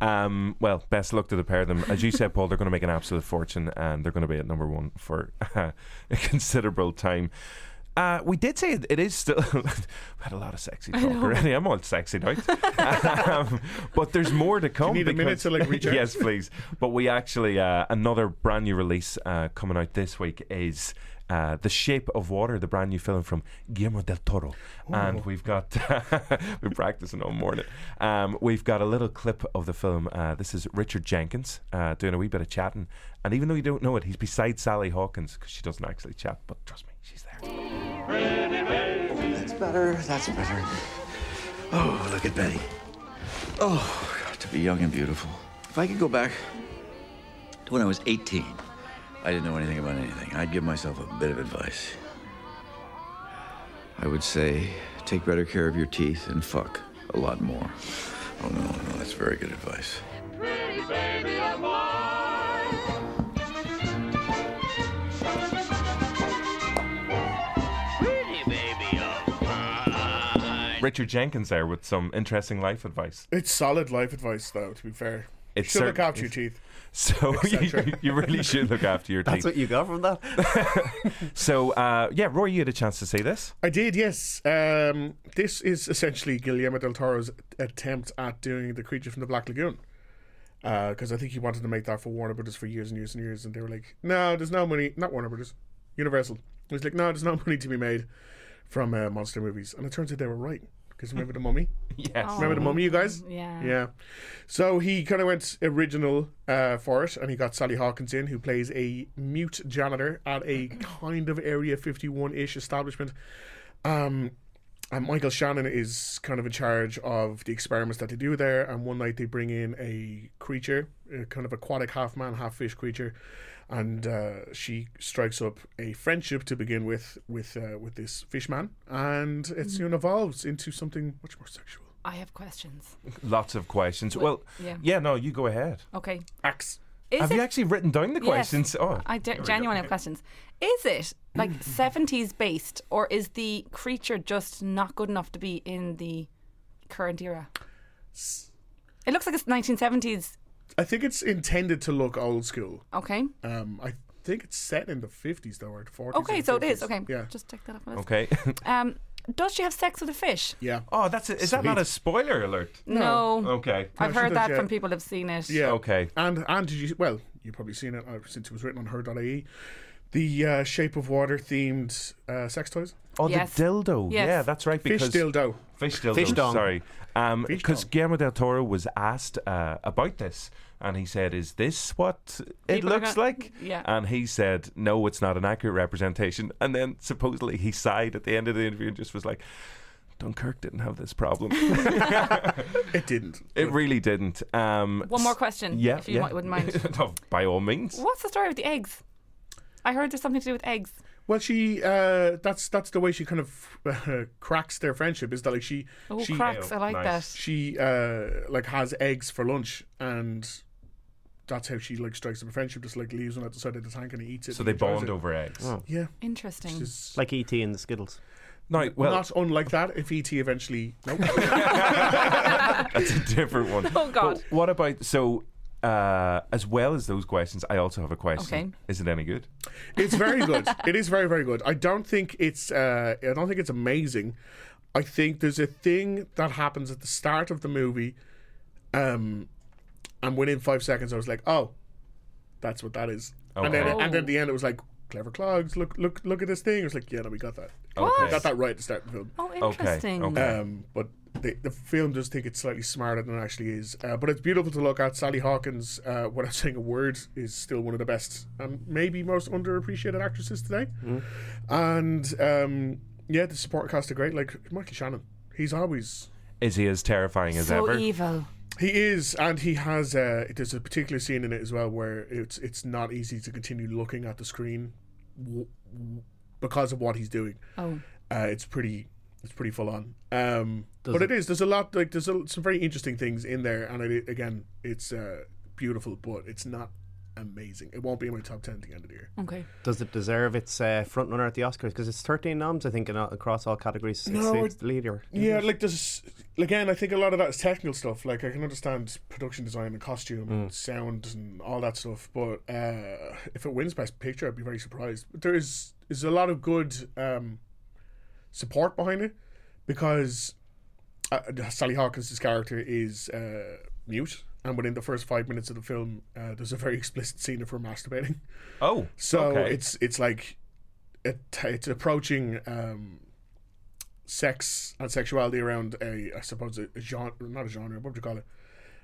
S1: Um, well, best luck to the pair of them. As you said, Paul, they're going to make an absolute fortune and they're going to be at number one for a considerable time. Uh, we did say it, it is still. we had a lot of sexy talk already. I'm all sexy out. um, but there's more to come.
S2: need a minute
S1: because-
S2: to, like, recharge?
S1: yes, please. But we actually uh, another brand new release uh, coming out this week is. Uh, the Shape of Water, the brand new film from Guillermo del Toro, and we've got we're practicing all morning. Um, we've got a little clip of the film. Uh, this is Richard Jenkins uh, doing a wee bit of chatting, and even though you don't know it, he's beside Sally Hawkins because she doesn't actually chat. But trust me, she's there.
S6: That's better. That's better. Oh, look at Betty. Oh, God, to be young and beautiful. If I could go back to when I was 18, I didn't know anything about anything. I'd give myself a bit of advice. I would say, take better care of your teeth and fuck a lot more. Oh, no, no, that's very good advice.
S1: Richard Jenkins there with some interesting life advice.
S2: It's solid life advice, though. To be fair,
S1: It's
S2: should look
S1: certain-
S2: after your teeth.
S1: So you, you really should look after your
S4: That's
S1: teeth.
S4: what you got from that.
S1: So uh, yeah, Roy, you had a chance to see this.
S2: I did, yes. Um, this is essentially Guillermo del Toro's attempt at doing the creature from the Black Lagoon. Because I think he wanted to make that for Warner Brothers for years and years and years, and they were like, "No, there's no money." Not Warner Brothers, Universal. It was like, "No, there's no money to be made from uh, monster movies." And it turns out they were right. Because remember the Mummy?
S1: Yes.
S2: Remember the Mummy, you guys?
S3: Yeah.
S2: Yeah. So he kind of went original uh, for it, and he got Sally Hawkins in, who plays a mute janitor at a kind of Area 51 ish establishment. Um, and Michael Shannon is kind of in charge of the experiments that they do there. And one night they bring in a creature, a kind of aquatic half man, half fish creature, and uh, she strikes up a friendship to begin with with uh, with this fish man, and it soon evolves into something much more sexual.
S3: I have questions.
S1: Lots of questions. Well, yeah.
S3: yeah.
S1: no, you go ahead.
S3: Okay.
S2: Axe.
S3: Is
S1: Have
S3: it
S1: you actually written down the
S3: Yes.
S1: questions? Oh,
S3: I de- genuinely have questions. Is it like 70s based, or is the creature just not good enough to be in the current era? It looks like it's 1970s.
S2: I think it's intended to look old school.
S3: Okay.
S2: Um, I think it's set in the fifties though, or the forties.
S3: Okay, so it is. Okay.
S2: Yeah.
S3: Just take that off my list.
S1: okay.
S3: Um, does she have sex with a fish?
S2: yeah.
S1: oh, that's a, is that not a spoiler alert?
S3: No.
S1: Okay.
S3: I've
S2: No, she
S3: heard
S2: does,
S3: that
S2: yeah.
S3: from people who've seen it.
S2: Yeah.
S1: Okay.
S2: And and did you? Well, you've probably seen it uh, since it was written on her.ie. E. The uh, Shape of Water themed uh, sex toys.
S1: Oh,
S3: Yes.
S1: the dildo.
S3: Yes.
S1: Yeah, that's right.
S2: Fish
S1: Because
S2: dildo.
S1: Fish dildo.
S4: Fish dong.
S1: Sorry.
S2: Fish
S1: Because
S2: dong.
S1: Guillermo del Toro was asked uh, about this, and he said, "Is this what it
S3: People are
S1: looks
S3: gonna-
S1: like?"
S3: Yeah.
S1: And he said, "No, it's not an accurate representation." And then supposedly he sighed at the end of the interview and just was like. Dunkirk didn't have this problem.
S2: It didn't.
S1: it really didn't. Um,
S3: One more question,
S1: Yeah,
S3: if you
S1: yeah.
S3: mi- wouldn't mind.
S1: No, by all means.
S3: What's the story with the eggs? I heard there's something to do with eggs.
S2: Well, she. Uh, that's that's the way she kind of uh, cracks their friendship. Is that like she?
S3: Oh,
S2: she,
S3: cracks. I like
S1: nice.
S2: she uh like has eggs for lunch and that's how she like strikes up a friendship just like leaves one at the side of the tank and he eats it
S1: So
S2: and
S1: they
S2: enjoys
S1: bond
S2: it.
S1: over eggs.
S2: yeah
S3: that. Interesting.
S2: it's
S4: Oh. Like E.T. and the Skittles.
S1: No, well,
S2: not unlike that if et eventually nope.
S1: that's a different one.
S3: Oh, God.
S1: But what about so? Uh, as well as those questions, I also have a question.
S3: Okay.
S1: Is it any good?
S2: it's very good it is very very good i don't think it's uh i don't think it's amazing i think there's a thing that happens at the start of the movie um and within five seconds i was like oh that's what that is and then
S1: Okay.
S2: and then at the end it was like clever clogs look look look at this thing it was like yeah no we got that
S3: Oh. What?
S2: got that right at the start of the film
S3: Oh,
S1: Okay,
S3: interesting.
S1: okay.
S2: Um, but the, the film does think it's slightly smarter than it actually is. Uh, but it's beautiful to look at. Sally Hawkins, uh, without saying a word, is still one of the best and maybe most underappreciated actresses today. And um, yeah, the support cast are great. Like Michael Shannon, he's always.
S1: Is he as terrifying as
S3: So
S1: ever?
S3: evil.
S2: He is, and he has. Uh, there's a particular scene in it as well where it's it's not easy to continue looking at the screen w- w- because of what he's doing
S3: Oh.
S2: uh, it's pretty it's pretty full on. Um,
S4: Does
S2: but
S4: it-
S2: it is there's a lot like there's a, some very interesting things in there, and it, again it's uh, beautiful, but it's not amazing. It won't be in my top ten at the end of the year.
S3: Okay.
S4: Does it deserve its uh, front runner at the Oscars? Because it's 13 noms, I think, in, all- across all categories. It's,
S2: No,
S4: it's the leader.
S2: Yeah, like there's again, I think a lot of that is technical stuff. Like I can understand production design and costume
S4: Mm.
S2: and sound and all that stuff, but uh, if it wins Best Picture, I'd be very surprised. But there is is a lot of good um, support behind it because uh, Sally Hawkins' character is uh, mute, and within the first five minutes of the film, uh, there's a very explicit scene of her masturbating.
S1: Oh,
S2: So
S1: okay.
S2: it's it's like it, it's approaching um, sex and sexuality around a I suppose a, a genre, not a genre, what would you call it?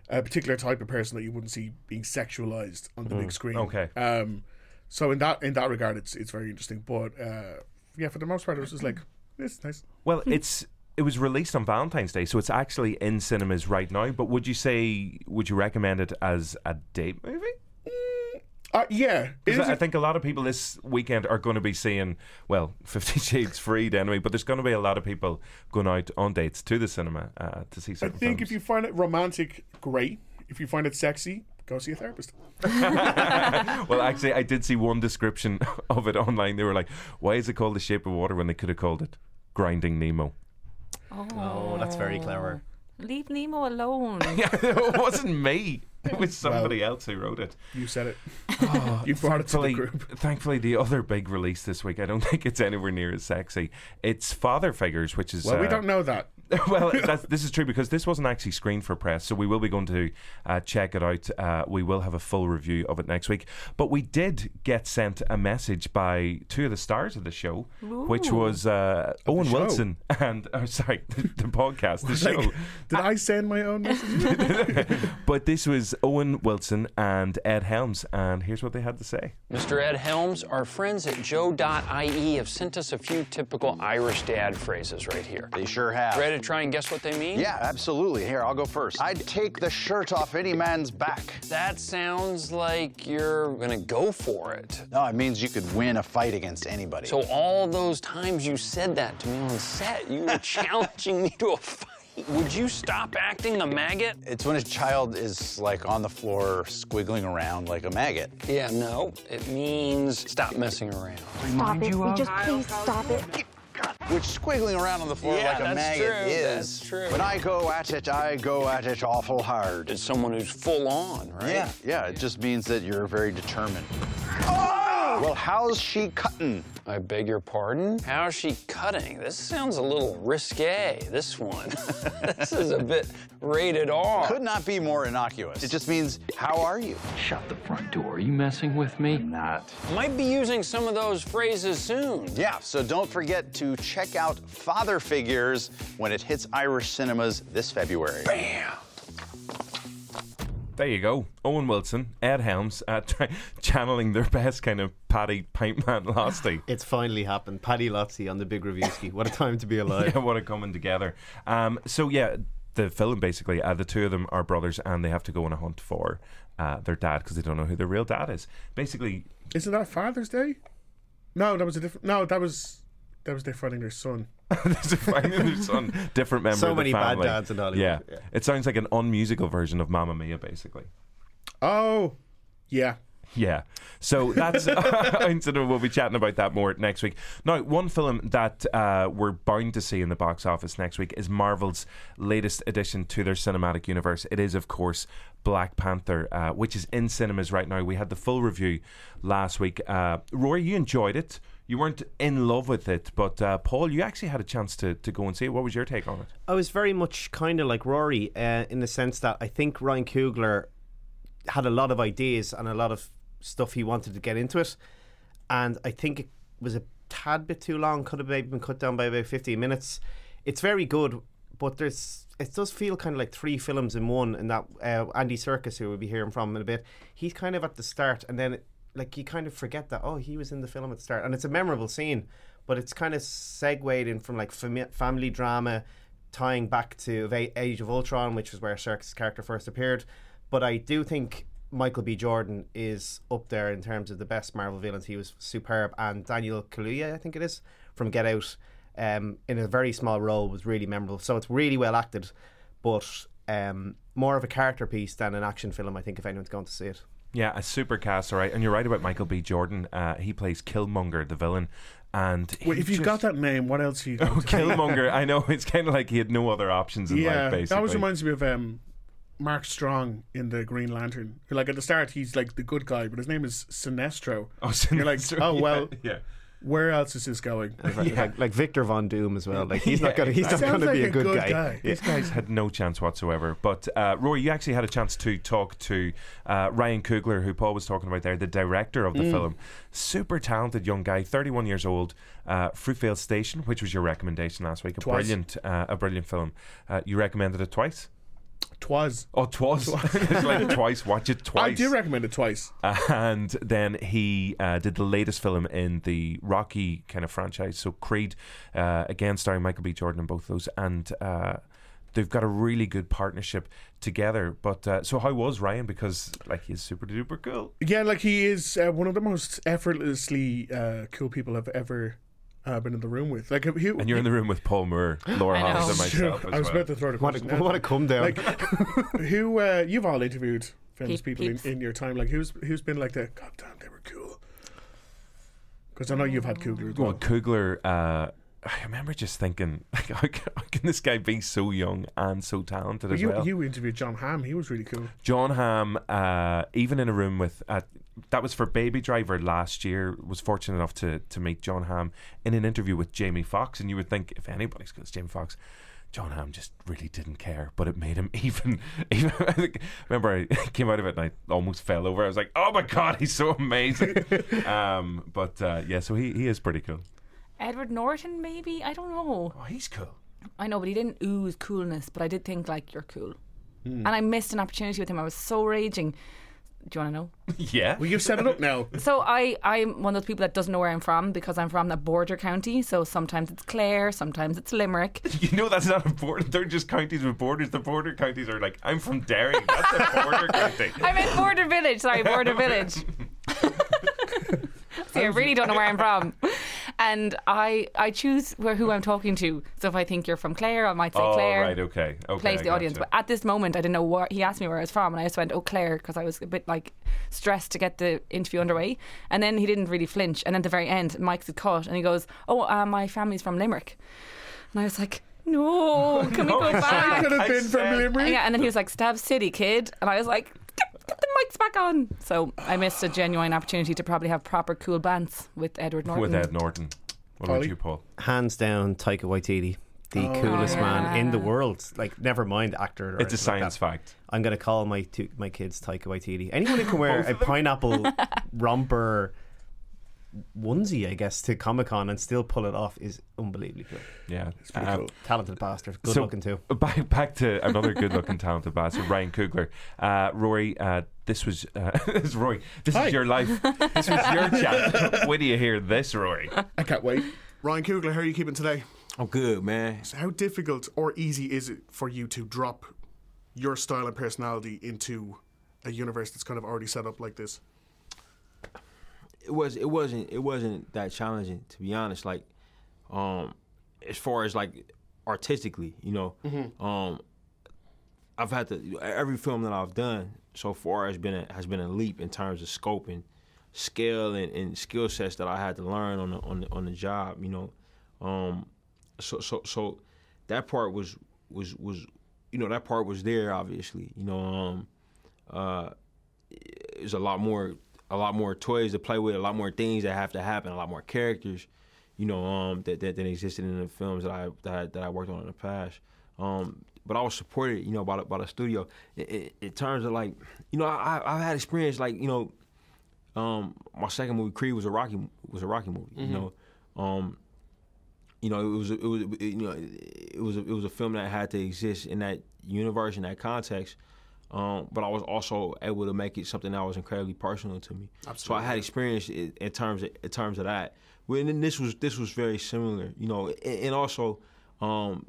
S2: A particular type of person that you wouldn't see being sexualized on the big screen.
S1: Mm, okay.
S2: Um, so in that in that regard, it's it's very interesting. But uh, yeah, for the most part, it was just like
S1: Mm.
S2: it's nice.
S1: Well,
S3: Hmm.
S1: it's it was released on Valentine's Day, so it's actually in cinemas right now. But would you say would you recommend it as a date movie?
S2: Uh, yeah, it
S1: 'Cause
S2: is
S1: I
S2: a-
S1: I think a lot of people this weekend are going to be seeing well Fifty Shades Freed anyway, but there's going to be a lot of people going out on dates to the cinema uh, to see.
S2: I
S1: Certain
S2: think if
S1: films.
S2: you find it romantic, great. If you find it sexy, go see a therapist.
S1: well, actually, I did see one description of it online. They were like, "Why is it called The Shape of Water when they could have called it Grinding Nemo?"
S3: Oh,
S4: Oh, that's very clever.
S3: Leave Nemo alone.
S1: it wasn't me. It was somebody else who wrote it. Oh,
S2: You said it. you brought it to the
S1: Thankfully,
S2: group.
S1: thankfully, the other big release this week, I don't think it's anywhere near as sexy. It's Father Figures, which is.
S2: Well, we
S1: uh,
S2: don't know that.
S1: well, that's, this is true because this wasn't actually screened for press, so we will be going to uh, check it out. Uh, we will have a full review of it next week. But we did get sent a message by two of the stars of the show, which was uh, Owen
S2: show?
S1: Wilson and, oh, sorry, the, the podcast, the show.
S2: Like, did I send my own message?
S1: But this was Owen Wilson and Ed Helms, and here's what they had to say.
S7: Mr. Ed Helms, our friends at joe.ie E have sent us a few typical Irish dad phrases right here.
S8: They sure have.
S7: Ready to try and guess what they mean?
S8: Yeah, absolutely. Here, I'll go first. I'd take the shirt off any man's back.
S7: That sounds like you're gonna go for it.
S8: No, it means you could win a fight against anybody.
S7: So, all those times you said that to me on set, you were challenging me to a fight. Would you stop acting the maggot?
S8: it's when a child is like on the floor squiggling around like a maggot.
S7: Yeah, no. It means stop messing around.
S9: Stop it. Will you just please stop it.
S8: Which squiggling around on the floor
S7: Yeah,
S8: like a
S7: that's
S8: maggot
S7: true,
S8: is.
S7: that's true.
S8: When I go at it, I go at it awful hard.
S7: It's someone who's full on, right?
S8: Yeah, yeah, it just means that you're very determined. Well, how's she cutting?
S7: Oh! I beg your pardon? How's she cutting? This sounds a little risque, this one. this is a bit rated R.
S8: Could not be more innocuous. It just means, how are you?
S10: Shut the front door. Are you messing with me?
S8: Not.
S7: Might be using some of those phrases soon.
S8: Yeah, so don't forget to check out Father Figures when it hits Irish cinemas this February.
S1: There you go. Owen Wilson, Ed Helms, uh, try channeling their best kind of Paddy Pintman Losty.
S4: It's finally happened. Paddy Lotzi on the Big Reviewski. What a time to be alive.
S1: yeah, what a coming together. Um, so, yeah, the film basically, uh, the two of them are brothers and they have to go on a hunt for uh, their dad because they don't know who their real dad is. Basically,
S2: Isn't that Father's Day? No, that was a different. No, that was that was their finding their son.
S1: there's a finding their son, different member
S4: So
S1: of the
S4: many bad
S1: family.
S4: dads in Hollywood,
S1: Yeah.
S4: yeah.
S1: It sounds like an unmusical version of Mamma Mia, basically.
S2: Oh, yeah.
S1: Yeah. So that's instead of we'll be chatting about that more next week. Now, one film that uh, we're bound to see in the box office next week is Marvel's latest addition to their cinematic universe. It is, of course, Black Panther, uh, which is in cinemas right now. We had the full review last week. Uh, Rory, you enjoyed it. You weren't in love with it, but uh, Paul, you actually had a chance to, to go and see it. What was your take on it?
S4: I was very much kind of like Rory uh, in the sense that I think Ryan Coogler had a lot of ideas and a lot of stuff he wanted to get into it. And I think it was a tad bit too long, could have maybe been cut down by about 15 minutes. It's very good, but there's it does feel kind of like three films in one. And that uh, Andy Circus, who we'll be hearing from in a bit, he's kind of at the start, and then like you kind of forget that oh he was in the film at the start, and it's a memorable scene, but it's kind of segued in from like fami- family drama, tying back to Va- Age of Ultron, which was where Circus' character first appeared. But I do think Michael B. Jordan is up there in terms of the best Marvel villains. He was superb, and Daniel Kaluuya, I think it is, from Get Out, um, in a very small role, was really memorable. So it's really well acted, but um, more of a character piece than an action film. I think if anyone's going to see it,
S1: Yeah, a super cast, all right. And you're right about Michael B. Jordan. Uh, he plays Killmonger, the villain. And
S2: Wait, if
S1: he
S2: you
S1: just-
S2: got that name, what else are you?
S1: Oh, Killmonger. I know. It's kind of like he had no other options in
S2: yeah,
S1: life, basically.
S2: that always reminds me of um, Mark Strong in the Green Lantern. Like at the start, he's like the good guy, but his name is Sinestro.
S1: Oh,
S2: You're like,
S1: Sinestro,
S2: oh
S1: yeah,
S2: well,
S1: Yeah.
S2: where else is this going?
S4: Like, like, like Victor Von Doom as well. Like he's not gonna he's not
S2: Sounds
S4: gonna
S2: like
S4: be a
S2: a
S4: good,
S2: good
S4: guy.
S2: guy.
S4: Yeah.
S1: These guys had no chance whatsoever. But uh, Rory, you actually had a chance to talk to uh, Ryan Coogler, who Paul was talking about there, the director of the
S2: Mm.
S1: film. Super talented young guy, 31 years old. Uh, Fruitvale Station, which was your recommendation last week, a
S2: Twice.
S1: brilliant, uh, a brilliant film. Uh, you recommended it twice.
S2: Twas.
S1: Oh, twice. it's like twice. Watch it twice.
S2: I do recommend it twice.
S1: and then he uh, did the latest film in the Rocky kind of franchise. So Creed, uh, again starring Michael B. Jordan in both those, and uh, they've got a really good partnership together. But uh, so how was Ryan? Because like he's super duper cool.
S2: Yeah, like he is uh, one of the most effortlessly uh, cool people I've ever uh, been in the room with. Like he,
S1: And you're in the room with Paul Moore, Laura
S3: I know.
S1: Hobbs, and
S2: Sure,
S1: myself. As
S2: I was
S1: well.
S2: about to throw the
S4: What a,
S2: question. out.
S4: what a come down.
S2: like who uh, you've all interviewed famous
S3: Peep-
S2: people in,
S3: peeps.
S2: in your time. Like who's who's been like that? God damn, they were cool. Because I know you've had Coogler as
S1: Well,
S2: well.
S1: Kugler, uh, I remember just thinking, like, how can, how can this guy be so young and so talented
S2: But
S1: as
S2: you
S1: well?
S2: you interviewed John Hamm. He was really cool.
S1: John Hamm, uh, even in a room with, uh, that was for Baby Driver last year, was fortunate enough to, to meet John Hamm in an interview with Jamie Foxx. And you would think, if anybody's good as Jamie Foxx, John Hamm just really didn't care, but it made him even. even I think- remember, I came out of it and I almost fell over. I was like, oh my God, he's so amazing. um, but uh, yeah, so he, he is pretty cool.
S3: Edward Norton, maybe? I don't know.
S1: Oh, he's cool.
S3: I know, but he didn't ooze coolness, but I did think, like, you're cool.
S4: Hmm.
S2: Hmm.
S3: And I missed an opportunity with him. I was so raging. Do you want to know?
S1: Yeah.
S2: Well, you've set it up now.
S3: So I, I'm one of those people that doesn't know where I'm from because I'm from that border county. So sometimes it's Clare, sometimes it's Limerick.
S1: You know that's not important. They're just counties with borders. The border counties are like, I'm from Derry. That's a border county.
S3: I'm in Border Village. Sorry, Border Village. See, I really don't know where I'm from. And I, I choose where, who I'm talking to. So if I think you're from Clare, I might say
S1: Oh,
S3: Clare.
S1: right, okay. Okay.
S3: Play to
S1: I
S3: the audience,
S1: gotcha.
S3: but at this moment, I didn't know where he asked me where I was from, and I just went, "Oh, Claire," because I was a bit like stressed to get the interview underway. And then he didn't really flinch. And at the very end, Mike's had cut, and he goes, "Oh, uh, my family's from Limerick," and I was like,
S1: Oh,
S3: "No, can we go back?"
S2: Could have
S1: I
S2: been from
S1: said-
S2: Limerick.
S3: Yeah, and then he was like, "Stab City, kid," and I was like, "Get, get the mics back on." So I missed a genuine opportunity to probably have proper cool bands with Edward Norton.
S1: with Ed Norton. What
S2: Ollie?
S1: about you, Paul?
S4: Hands down, Taika Waititi, the
S3: Oh,
S4: coolest man in the world. Like, never mind actor.
S1: It's
S4: Or
S1: a
S4: anything like
S1: science
S4: that.
S1: fact.
S4: I'm gonna call my two, my kids Taika Waititi. Anyone who can wear a pineapple romper onesie, I guess, to Comic Con and still pull it off is unbelievably cool.
S1: Yeah.
S2: Pretty
S1: Um,
S2: cool.
S4: Talented bastard, good
S1: so-
S4: looking too.
S1: Back, back to another good-looking, talented bastard, Ryan Coogler. Uh, Rory, uh, this was uh, this is Rory. This
S2: Hi.
S1: is your life. This was your chat. When do you hear this, Rory?
S2: I can't wait.
S11: Ryan Coogler, how are you keeping today?
S10: I'm good, man.
S11: So how difficult or easy is it for you to drop your style and personality into a universe that's kind of already set up like this?
S10: It was it wasn't it wasn't that challenging to be honest. Like, um, as far as like artistically, you know, um, I've had to every film that I've done so far has been a, has been a leap in terms of scope and scale and, and skill sets that I had to learn on the, on the, on the job. You know, um, so so so that part was was was you know that part was there obviously. You know, um, uh, there's a lot more a lot more toys to play with, a lot more things that have to happen, a lot more characters, you know, um, that, that that existed in the films that I that I, that I worked on in the past. Um, but I was supported, you know, by the, by the studio in, in, in terms of like, you know, I I- I've had experience like you know, um, my second movie Creed was a Rocky was a Rocky movie, you know. Um, you know, it was it was it- you know it was a, it was a film that had to exist in that universe in that context. Um, but I was also able to make it something that was incredibly personal to me. So I had experience in, in terms of, in terms of that. When and this was this was very similar, you know, and, and also um,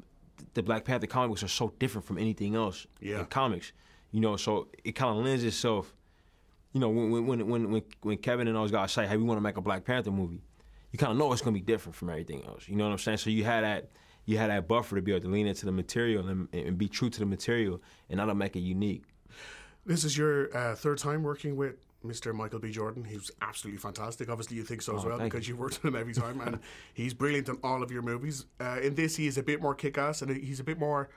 S10: the Black Panther comics are so different from anything else
S11: Yeah.
S10: in comics, you know. So it kind of lends itself you know, when when- when when when when Kevin and those guys say, "Hey, we want to make a Black Panther movie," you kind of know it's gonna be different from everything else. You know what I'm saying? So you had that you had that buffer to be able to lean into the material and, and be true to the material, and that'll make it unique.
S11: This is your uh, third time working with Mr. Michael B. Jordan. He was absolutely fantastic. Obviously, you think so as well
S10: Oh, thank
S11: because you worked with him every time, and he's brilliant in all of your movies. Uh, in this, he is a bit more kick-ass, and he's a bit more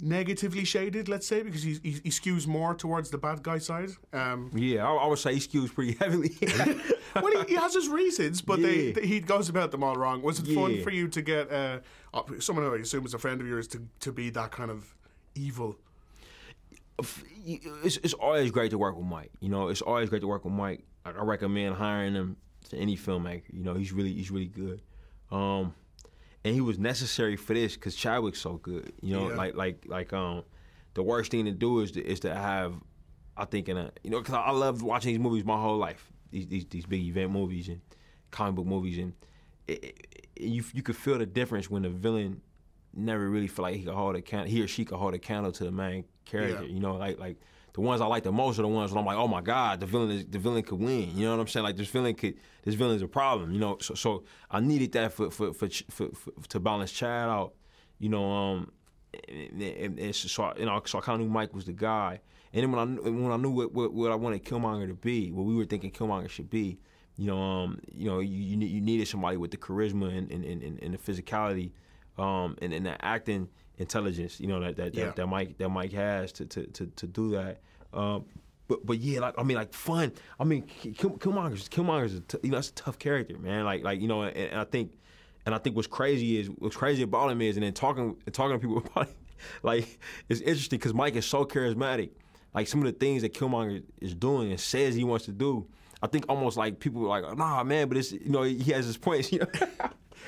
S11: negatively shaded, let's say, because he, he, he skews more towards the bad guy side. Um,
S10: Yeah, I, I would say he skews pretty heavily.
S11: well, he, he has his reasons, but they,
S10: Yeah.
S11: they- he goes about them all wrong. Was it fun
S10: Yeah.
S11: for you to get uh, oh, someone who I assume is a friend of yours to, to be that kind of evil?
S10: it's, it's always great to work with Mike. You know, it's always great to work with Mike. I, I recommend hiring him to any filmmaker. You know, he's really he's really good. Um, and he was necessary for this because Chadwick's so good. You know,
S12: Yeah.
S10: like like like um, the worst thing to do is to, is to have, I think in a you know because I, I loved watching these movies my whole life. These these, these big event movies and comic book movies and it, it, it- you you could feel the difference when the villain never really feel like he could hold a count he or she could hold a candle to the main character.
S12: Yeah.
S10: You know, like like the ones I like the most are the ones when I'm like, oh my god, the villain is the villain could win. You know what I'm saying? Like this villain could this villain's a problem. You know, so so I needed that for for for, Ch- for, for to balance Chad out. You know, um, and, and, and so- so I, you know, so I kind of knew Mike was the guy. And then when I kn- when I knew what, what, what I wanted Killmonger to be, what we were thinking Killmonger should be, you know, um, you know, you you, ne- you needed somebody with the charisma and and, and, and the physicality, um, and, and the acting intelligence, you know, that that,
S12: Yeah.
S10: that, that Mike that Mike has to to, to, to do that. Um, but but yeah, like I mean, like fun. I mean, K- Kill, Killmonger's Killmonger's a t- you know that's a tough character, man. Like like you know, and, and I think and I think what's crazy is what's crazy about him is, and then talking talking to people about it, like it's interesting because Mike is so charismatic. Like some of the things that Killmonger is doing and says he wants to do, I think almost like people are like, nah, man, but it's you know he has his points. You know?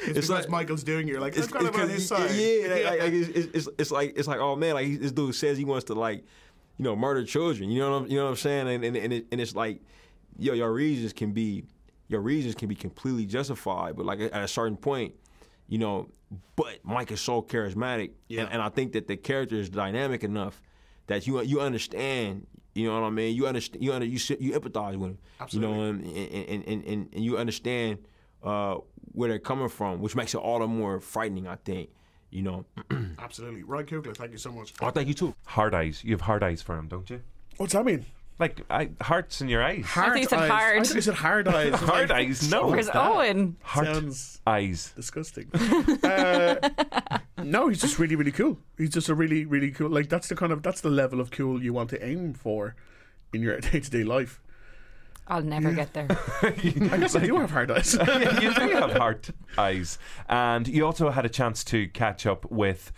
S11: It's, because Michael's doing it. You're like, I've got him on
S10: 'cause
S11: his
S10: y-
S11: side.
S10: Yeah, like- like, it's, it's, it's, it's like it's like oh man, like he- this dude says he wants to like, you know, murder children. You know what I'm you know what I'm saying? And and and, it, and it's like, yo, your reasons can be, your reasons can be completely justified, but like at a certain point, you know. But Mike is so charismatic, and, and I think that the character is dynamic enough that you you understand. You know what I mean? You understand. You under, you sit- you empathize with him. You know, and and and, and, and you understand uh, where they're coming from, which makes it all the more frightening. I think. You know.
S11: Absolutely. Ryan Coogler, thank you so much.
S10: Oh, thank you too.
S1: Hard eyes. You have hard eyes for him, don't you?
S2: What's that mean?
S1: Like I, hearts in your eyes.
S2: Hard
S3: he said
S2: eyes.
S3: hard.
S2: I thought you said hard eyes. I was
S1: Hard
S2: like,
S1: eyes, no.
S3: Where's
S2: that
S3: Owen?
S1: Heart
S2: Sounds
S1: eyes.
S2: disgusting. uh, no, he's just really, really cool. He's just a really, really cool. Like that's the kind of that's the level of cool you want to aim for in your day to day life.
S3: I'll never get there.
S2: I guess I do have hard eyes.
S1: Yeah, you do have heart eyes. And you also had a chance to catch up with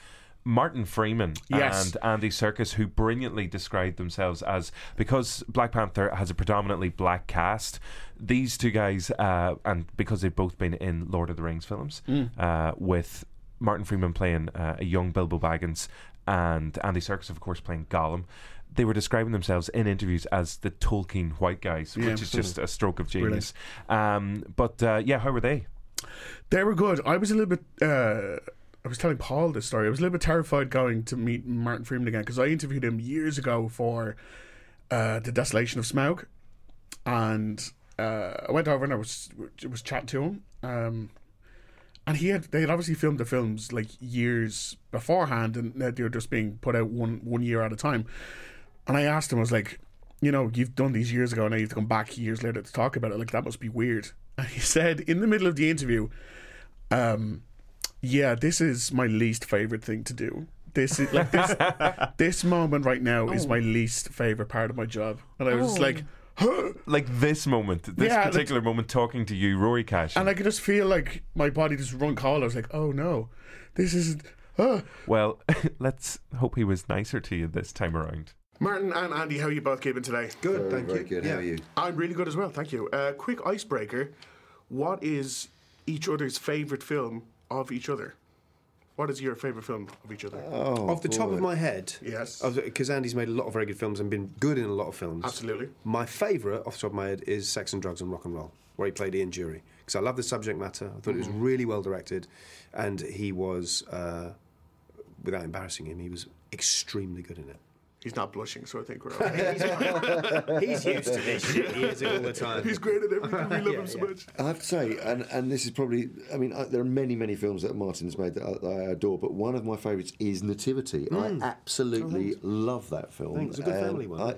S1: Martin Freeman
S2: Yes.
S1: and Andy Serkis, who brilliantly described themselves as because Black Panther has a predominantly black cast, these two guys, uh, and because they've both been in Lord of the Rings films,
S12: Mm.
S1: uh, with Martin Freeman playing uh, a young Bilbo Baggins and Andy Serkis, of course, playing Gollum. They were describing themselves in interviews as the Tolkien white guys,
S2: Yeah.
S1: which is just a stroke of
S2: Brilliant.
S1: genius. Um, but uh, yeah, how were they?
S2: They were good. I was a little bit. Uh, I was telling Paul this story. I was a little bit terrified going to meet Martin Freeman again because I interviewed him years ago for uh, the Desolation of Smaug, and uh, I went over and I was was chatting to him. Um, and he had they had obviously filmed the films like years beforehand, and that they were just being put out one one year at a time. And I asked him, I was like, you know, you've done these years ago, and now you've come back years later to talk about it. Like that must be weird. And he said in the middle of the interview, um, yeah, this is my least favorite thing to do. This is like this this moment right now is my least favorite part of my job. And I was just
S1: Oh.
S2: like, huh?
S1: Like this moment, this
S2: Yeah, like-
S1: particular moment, talking to you, Rory Cash.
S2: and I could just feel like my body just run cold. I was like, oh no, this isn't. Uh.
S1: Well, let's hope he was nicer to you this time around.
S11: Martin and Andy, how are you both keeping today?
S6: Good, Very, thank very you. good. How are you?
S11: I'm really good as well, thank you. Uh, quick icebreaker. What is each other's favourite film of each other? What is your favourite film of each other?
S12: Oh, off the top of my head.
S11: Yes.
S12: Because Andy's made a lot of very good films and been good in a lot of films.
S11: Absolutely.
S12: My favourite, off the top of my head, is Sex and Drugs and Rock and Roll, where he played Ian Jury. Because I love the subject matter. I thought it was
S2: Mm-hmm.
S11: Mhm.
S12: really well directed. And he was, uh, without embarrassing him, he was extremely good in it.
S11: He's not blushing, so I think we're okay.
S12: He's used to this shit. He is it all the time.
S11: He's great at everything. We love him so much.
S13: I have to say, and, and this is probably, I mean, I, there are many, many films that Martin's made that I, that I adore, but one of my favourites is Nativity.
S12: Mm. Oh,
S13: I absolutely love that film.
S12: Thanks, it's a good
S13: and
S12: family one.
S13: I a-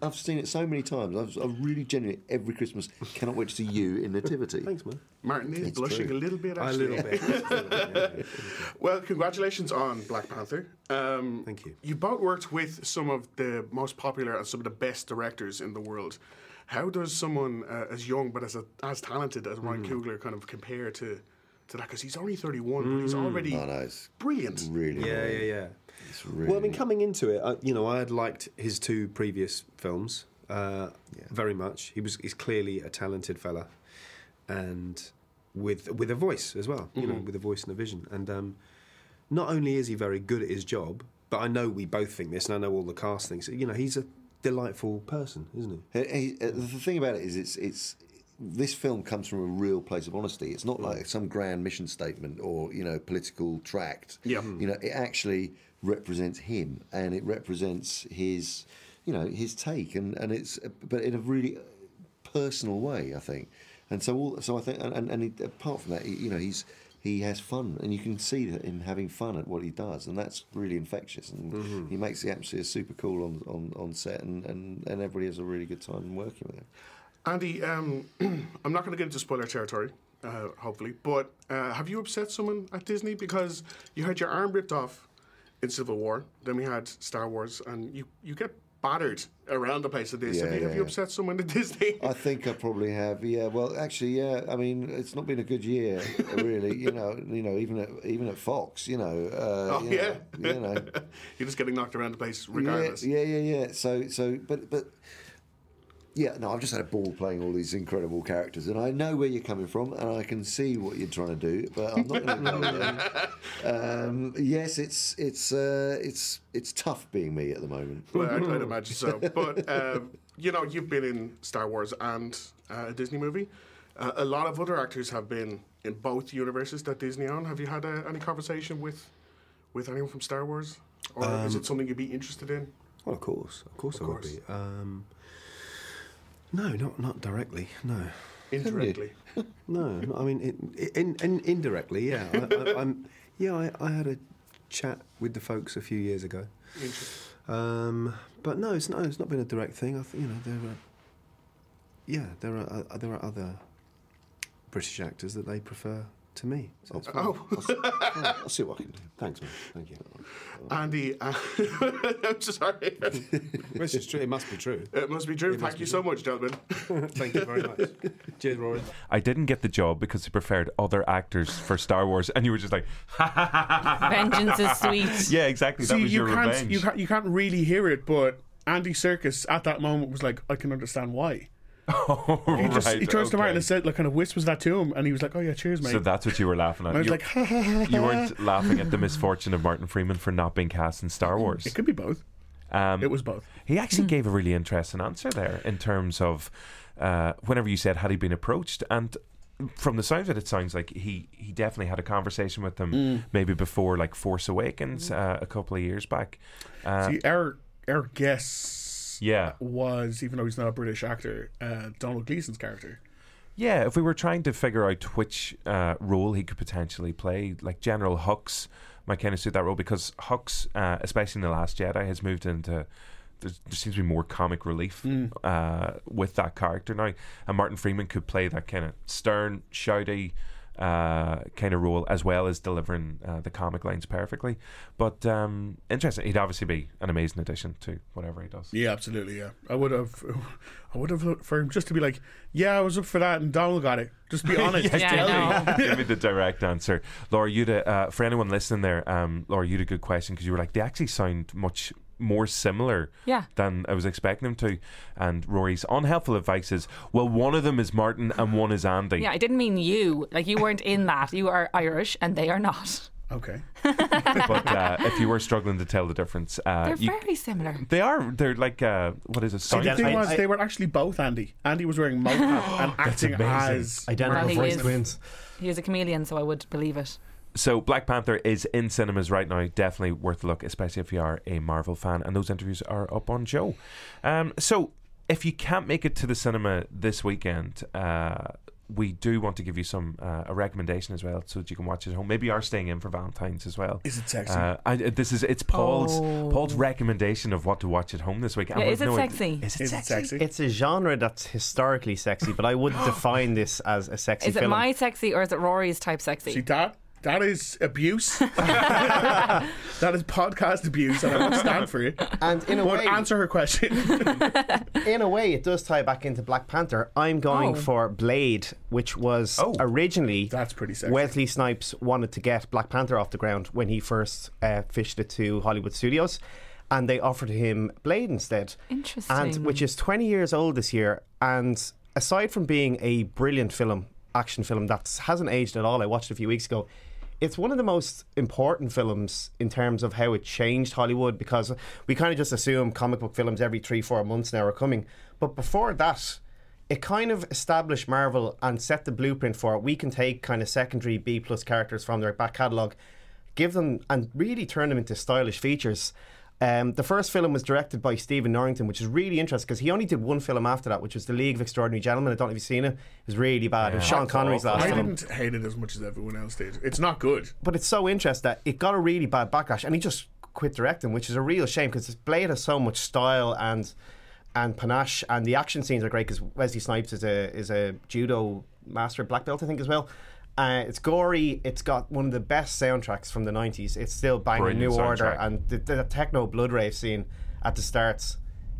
S13: I've seen it so many times. I've, I've really genuinely every Christmas cannot wait to see you in Nativity. Thanks, man.
S11: Martin is
S13: It's
S11: blushing
S13: true.
S11: a little bit.
S13: A
S11: Actually.
S13: little
S11: bit. well, congratulations on Black Panther. Um, Thank you. You both worked with some of the most popular and some of the best directors in the world. How does someone uh, as young but as a, as talented as Ryan Coogler kind of compare to to that? Because he's only thirty one, but he's already
S12: Oh,
S11: brilliant.
S12: Really, yeah, yeah, yeah. well, I
S13: really-
S12: mean, coming into it, I, you know, I had liked his two previous films uh, very much. He was he's clearly a talented fella, and with with a voice as well. You know,
S11: Mhm.
S12: with a voice and a vision. And um, not only is he very good at his job, but I know we both think this, and I know all the cast thinks. it. You know, he's a delightful person, isn't he?
S13: He- he- uh, the thing about it is, it's it's this film comes from a real place of honesty. It's not like some grand mission statement or you know political tract.
S11: Yeah.
S13: you know it actually represents him and it represents his you know his take and and it's but in a really personal way, I think. And so all so I think and and, and he, apart from that, he, you know he's. He has fun, and you can see that him having fun at what he does, and that's really infectious. And
S11: Mm-hmm.
S13: he makes the atmosphere super cool on, on, on set, and, and, and everybody has a really good time working with him.
S11: Andy, um, I'm not going to get into spoiler territory, uh, hopefully, but uh, have you upset someone at Disney because you had your arm ripped off in Civil War? Then we had Star Wars, and you, you get battered around the place at this. have
S13: Yeah,
S11: you, have
S13: yeah,
S11: you
S13: yeah.
S11: upset someone at Disney?
S13: I think I probably have. Yeah. Well, actually, yeah. I mean, it's not been a good year, really. you know, you know, even at even at Fox, you know. Uh,
S11: oh,
S13: you
S11: yeah.
S13: know, you know.
S11: You're just getting knocked around the place regardless.
S13: Yeah, yeah, yeah, yeah. So, so, but, but, yeah. No, I've just had a ball playing all these incredible characters, and I know where you're coming from, and I can see what you're trying to do, but I'm not going to ignore them. Um, yes, it's it's uh, it's it's tough being me at the moment.
S11: Well, I'd,
S12: Mm-hmm.
S11: I'd imagine so. But um, you know, you've been in Star Wars and uh, a Disney movie. Uh, a lot of other actors have been in both universes that Disney own. Have you had uh, any conversation with with anyone from Star Wars, or is
S12: Um,
S11: it something you'd be interested in?
S12: Well, of course, of course,
S11: Of
S12: I would
S11: course.
S12: be. Um, no, not not directly. No,
S11: Indirectly.
S12: no, no, I mean, in, in, in, indirectly. Yeah, I, I, I'm. Yeah, I, I had a chat with the folks a few years ago. Um, but no, it's not. It's not been a direct thing. I think you know there are. Yeah, there are uh, there are other British actors that they prefer to me. So it's fine.
S11: Oh.
S12: I'll, s- yeah, I'll see what I can do. Thanks, man. Thank you.
S11: Andy, uh, I'm sorry.
S12: This is true. It must be true.
S11: It must be true. Thank you so much, gentlemen.
S12: Thank you very much. Cheers, Rory.
S1: I didn't get the job because they preferred other actors for Star Wars, and you were just like,
S3: Vengeance is sweet.
S1: Yeah, exactly. that
S2: See,
S1: was
S2: you
S1: your
S2: can't,
S1: revenge.
S2: You can't, you can't really hear it, but Andy Circus at that moment was like, I can understand why. he, just, he
S1: right,
S2: turns to Martin
S1: okay.
S2: and said, like, kind of whispers that to him, and he was like, "Oh yeah, cheers, mate."
S1: So that's what you were laughing at.
S2: And I was
S1: You-
S2: like, ha, ha, ha,
S1: you
S2: ha.
S1: weren't laughing at the misfortune of Martin Freeman for not being cast in Star Wars. It
S2: could be both.
S1: Um,
S2: It was both.
S1: He actually gave a really interesting answer there in terms of uh, whenever you said had he been approached and. From the sounds of it, it sounds like he, he definitely had a conversation with them
S2: Hmm.
S1: maybe before like Force Awakens uh, a couple of years back. Uh,
S2: See, our our guess,
S1: Yeah.
S2: was even though he's not a British actor, uh, Donald Gleason's character.
S1: Yeah, if we were trying to figure out which uh, role he could potentially play, like General Hux might kind of suit that role because Hux, uh, especially in The Last Jedi, has moved into. There's, there seems to be more comic relief
S2: Hmm.
S1: uh, with that character now. And Martin Freeman could play that kind of stern, shouty uh, kind of role as well as delivering uh, the comic lines perfectly. But um, interesting. He'd obviously be an amazing addition to whatever he does.
S2: Yeah, absolutely. Yeah, I would have, I would have looked for him just to be like, "Yeah, I was up for that," and Donald got it. Just be honest.
S1: Yeah,
S2: just tell me.
S1: Give me the direct answer, Laura. You'd a, uh, for anyone listening there, um, Laura, you'd a good question because you were like they actually sound much more similar
S3: Yeah.
S1: than I was expecting them to. And Rory's unhelpful advice is, well, one of them is Martin and one is Andy.
S3: Yeah, I didn't mean you. Like you weren't in that. You are Irish, and they are not.
S2: Okay.
S1: but uh, if you were struggling to tell the difference, uh,
S3: They're
S1: you,
S3: very similar.
S1: they are. They're like uh, what is it?
S2: See, the
S1: sound
S2: thing
S1: twins?
S2: was, they were actually both Andy. Andy was wearing mocap and acting as
S3: Well, he is- He is a chameleon, so I would believe it.
S1: So Black Panther is in cinemas right now. Definitely worth a look, especially if you are a Marvel fan. And those interviews are up on Joe. Um, so if you can't make it to the cinema this weekend, uh, we do want to give you some uh, a recommendation as well, so that you can watch it at home. Maybe you are staying in for Valentine's as well.
S2: Is it sexy?
S1: Uh, I, this is it's Paul's
S4: Oh.
S1: Paul's recommendation of what to watch at home this week. And
S3: Yeah,
S1: we've
S3: is it
S1: no-
S3: sexy?
S1: Is it sexy?
S4: It's a genre that's historically sexy, but I wouldn't define this as a sexy
S3: Is it
S4: film.
S3: my sexy or is it Rory's type sexy?
S4: See,
S2: that that is abuse. that is podcast abuse, and I won't stand for it.
S4: And in a
S2: But
S4: way-
S2: answer her question.
S4: in a way, it does tie back into Black Panther. I'm going
S2: Oh.
S4: for Blade, which was originally that's
S2: pretty
S4: Wesley Snipes wanted to get Black Panther off the ground when he first uh, fished it to Hollywood studios, and they offered him Blade instead.
S3: Interesting.
S4: And which is 20 years old this year, and aside from being a brilliant film, action film that hasn't aged at all, I watched it a few weeks ago. It's one of the most important films in terms of how it changed Hollywood because we kind of just assume comic book films every three, four months now are coming. But before that, it kind of established Marvel and set the blueprint for it. We can take kind of secondary B plus characters from their back catalogue, give them and really turn them into stylish features. Um, the first film was directed by Stephen Norrington, which is really interesting because he only did one film after that, which was The League of Extraordinary Gentlemen. I don't know if you've seen it. It was really bad. It was Sean Connery's last
S2: I
S4: film.
S2: didn't hate it as much as everyone else did. It's not good.
S4: But it's so interesting that it got a really bad backlash, and he just quit directing, which is a real shame because Blade has so much style and and panache, and the action scenes are great because Wesley Snipes is a is a judo master black belt, I think, as well. Uh, it's gory. It's got one of the best soundtracks from the '90s. It's still banging.
S1: Brilliant
S4: New Order,
S1: soundtrack.
S4: and the, the techno blood rave scene at the starts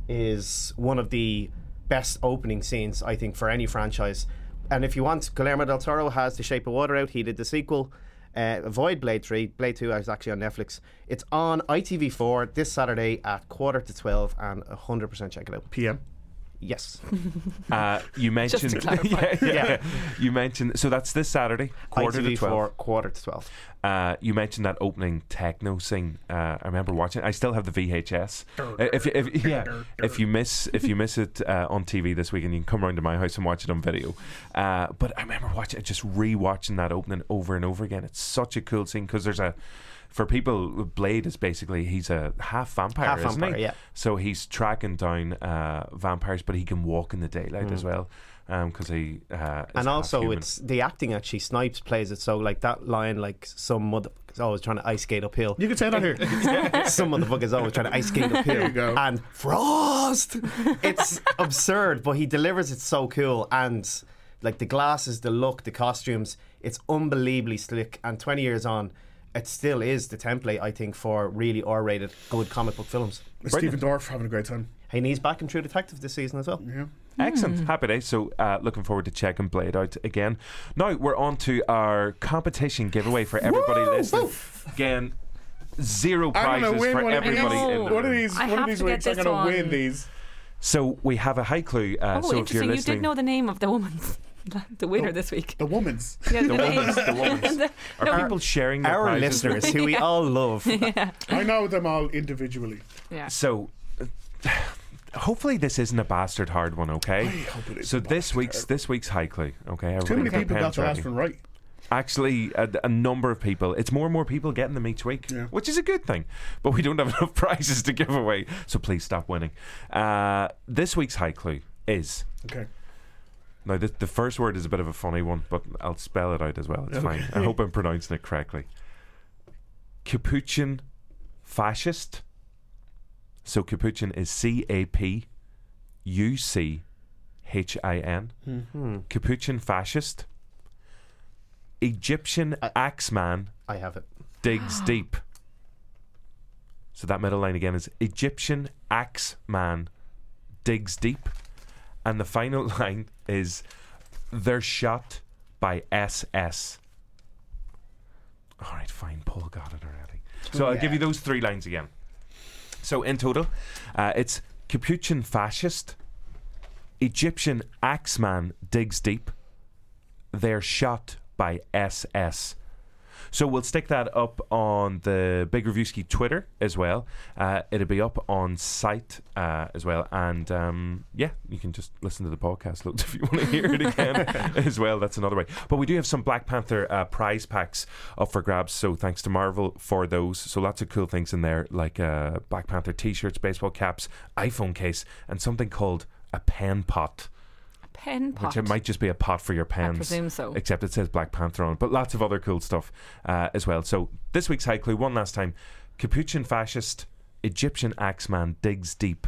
S4: is one of the best opening scenes I think for any franchise. And if you want, Guillermo del Toro has The Shape of Water out. He did the sequel. Uh, avoid Blade 3. Blade 2 is actually on Netflix. It's on ITV4 this Saturday at quarter to 12 and 100% check it out.
S2: PM?
S4: Yes.
S1: Uh, you
S4: Just to
S1: mentioned,
S4: clarify.
S1: yeah, yeah,
S4: Yeah.
S1: You mentioned so that's this Saturday, quarter to
S4: ITV4,
S1: twelve.
S4: Quarter to 12.
S1: Uh, you mentioned that opening techno scene. Uh, I remember watching. I still have the VHS. Uh, If, if yeah, if you miss if you miss it uh, on TV this weekend, you can come round to my house and watch it on video. Uh, but I remember watching, just rewatching that opening over and over again. It's such a cool scene because there's a. For people, Blade is basically he's a half vampire,
S4: Half
S1: isn't
S4: vampire,
S1: he?
S4: yeah.
S1: So he's tracking down uh, vampires, but he can walk in the daylight
S4: Mm.
S1: as well because he uh, is half
S4: and also
S1: human.
S4: it's the acting actually snipes plays it so like that line like some motherfuckers always trying to ice skate uphill
S2: you can say that here
S4: some motherfuckers always trying to ice skate uphill
S2: There you go.
S4: and frost it's absurd but he delivers it so cool and like the glasses the look the costumes it's unbelievably slick and 20 years on it still is the template I think for really R-rated good comic book films
S2: Stephen Dorff having a great time
S4: and he's back in True Detective this season as well
S2: yeah Hmm.
S1: Excellent. Happy days. So, uh, looking forward to checking Blade out again. Now, we're on to our competition giveaway for everybody listening. Again, zero
S2: I'm gonna
S1: prizes
S2: win
S1: for
S2: one of these.
S1: everybody in the
S2: One of
S1: room.
S2: these,
S3: I
S2: one of
S3: have
S2: these
S3: to get
S2: weeks, I'm
S3: this
S2: gonna
S3: one.
S2: win these.
S1: So, we have a high clue. Uh,
S3: oh,
S1: so, if you're
S3: interesting. You
S1: listening. Oh.
S3: did know the name of the woman's, the winner this week.
S2: The woman's.
S3: Yeah,
S1: The
S3: the, name.
S1: woman's, the woman's.
S3: The-
S1: Are
S3: no,
S1: people sharing their
S4: our
S1: prizes with
S4: listeners who we
S3: Yeah.
S4: all love
S3: yeah.
S2: I know them all individually.
S3: yeah.
S1: So, uh, hopefully, this isn't a bastard hard one. Okay. so this week's this week's high clue. Okay.
S2: Too
S1: everybody
S2: many
S1: get
S2: people got
S1: pens
S2: the last
S1: ready.
S2: one right.
S1: Actually, a, a number of people. It's more and more people getting them each week, which is a good thing. But we don't have enough prizes to give away, so please stop winning. Uh, this week's high clue is
S2: Okay.
S1: now the, the first word is a bit of a funny one, but I'll spell it out as well. It's fine. I
S2: Okay.
S1: hope I'm pronouncing it correctly. Capuchin fascist. So Capuchin is C A P U C H I N.
S2: Hmm.
S4: Mhm.
S1: Capuchin fascist. Egyptian axeman
S4: I have it
S1: digs deep. So that middle line again is Egyptian axeman digs deep. And the final line is they're shot by SS. All right, fine. Paul got it already. So I'll give you those three lines again. So in total, uh, it's Capuchin fascist, Egyptian axeman digs deep, they're shot by SS. So we'll stick that up on the Big Reviewski Twitter as well. Uh, it'll be up on site uh, as well, and um, yeah, you can just listen to the podcast loads if you want to hear it again as well. That's another way. But we do have some Black Panther uh, prize packs up for grabs. So thanks to Marvel for those. So lots of cool things in there, like uh, Black Panther T-shirts, baseball caps, iPhone case, and something called a pen pot.
S3: pen pot.
S1: Which it might just be a pot for your pens.
S3: presume so.
S1: Except it says Black Panther on it, but lots of other cool stuff uh, as well. So this week's high clue, one last time Capuchin fascist, Egyptian axeman digs deep.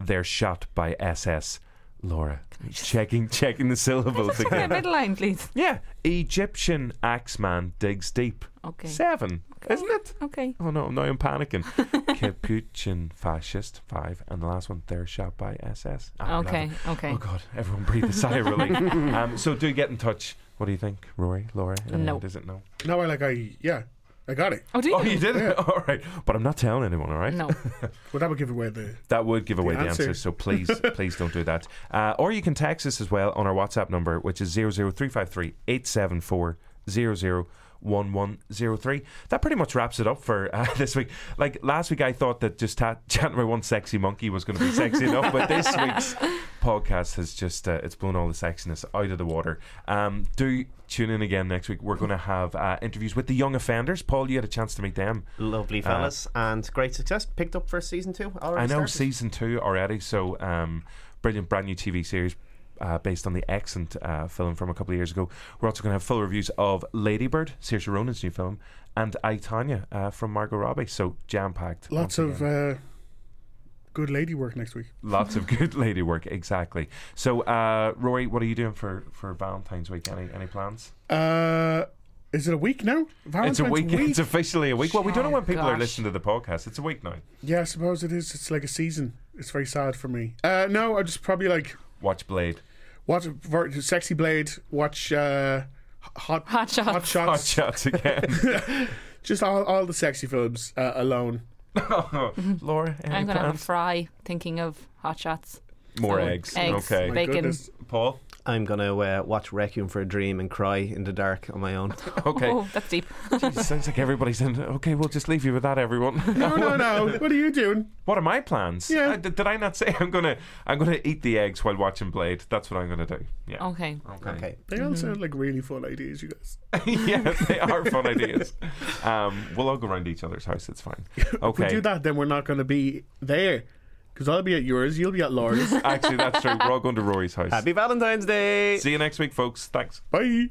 S1: They're shot by SS. Laura, checking checking the syllables
S3: Yeah,
S1: again.
S3: middle line, please.
S1: Yeah. Egyptian axeman digs deep.
S3: Okay.
S1: Seven, isn't it?
S3: Okay.
S1: Oh no, now I'm panicking. Capuchin fascist, five. And the last one, they're shot by SS. Ah,
S3: Okay,
S1: 11.
S3: okay.
S1: Oh God, everyone breathe a sigh of relief. Um, so do get in touch. What do you think, Rory, Laura? anyone
S2: No.
S1: Does it know?
S2: No, I like I yeah, I got it.
S3: Oh, do
S1: Oh, you did it? All right. But I'm not telling anyone, all right?
S3: No.
S2: Well, that would give away the
S1: That would give away the,
S2: answer.
S1: answer. so please, please don't do that. Uh, or you can text us as well on our WhatsApp number, which is 00353 874 001103. That pretty much wraps it up for uh, this week. Like last week, I thought that just ta- chatting about one sexy monkey was going to be sexy enough, but this week's podcast has just uh, it's blown all the sexiness out of the water. Um, do tune in again next week. We're going to have uh, interviews with the young offenders. Paul, you had a chance to meet them.
S4: Lovely
S1: Uh,
S4: fellas and great success. Picked up for season two already.
S1: I know
S4: started.
S1: season two already. So um, brilliant, brand new TV series. Uh, based on the excellent uh, film from a couple of years ago. We're also going to have full reviews of Ladybird, Saoirse Ronan's new film, and I, Tanya uh, from Margot Robbie. So jam packed.
S2: lots of uh, good lady work next week.
S1: Lots of good lady work, exactly. So, uh, Rory, what are you doing for, for Valentine's week? Any any plans?
S2: Uh, is it a week now?
S1: it's a
S2: Valentine's Oh,
S1: week, It's officially a week. Well, we don't know when people are
S2: Gosh.
S1: listening to the podcast. It's a week now.
S2: Yeah, I suppose it is. It's like a season. It's very sad for me. Uh, no, I just probably like
S1: Watch Blade.
S2: watch Ver- Sexy Blade, watch uh, Hot Hot Shots, Hot Shots,
S1: Hot shots again.
S2: just all, all the sexy films uh, alone.
S1: Laura, any
S3: I'm gonna have a
S1: plans?
S3: fry. Thinking of hot shots.
S1: More
S3: Oh,
S1: eggs.
S3: Eggs.
S1: Okay.
S3: Bacon.
S1: Paul?
S4: I'm going to uh, watch Requiem for a Dream and cry in the dark on my own.
S1: Okay.
S3: Oh, that's deep.
S1: Jeez, sounds like everybody's in. Okay, we'll just leave you with that, everyone.
S2: No, no, no. What are you doing?
S1: What are my plans?
S2: Yeah.
S1: Uh, did, did I not say I'm gonna I'm gonna eat the eggs while watching Blade? That's what I'm gonna do. Yeah.
S3: Okay.
S1: Okay.
S2: They all sound like really fun ideas, you guys.
S1: yeah, they are fun ideas. Um, we'll all go around each other's house. It's fine.
S2: If we
S1: Okay.
S2: do that, then we're not going to be there. Because I'll be at yours, you'll be at Laura's.
S1: Actually, that's true. We're all going to Rory's house.
S4: Happy Valentine's Day.
S1: See you next week, folks. Thanks.
S2: Bye.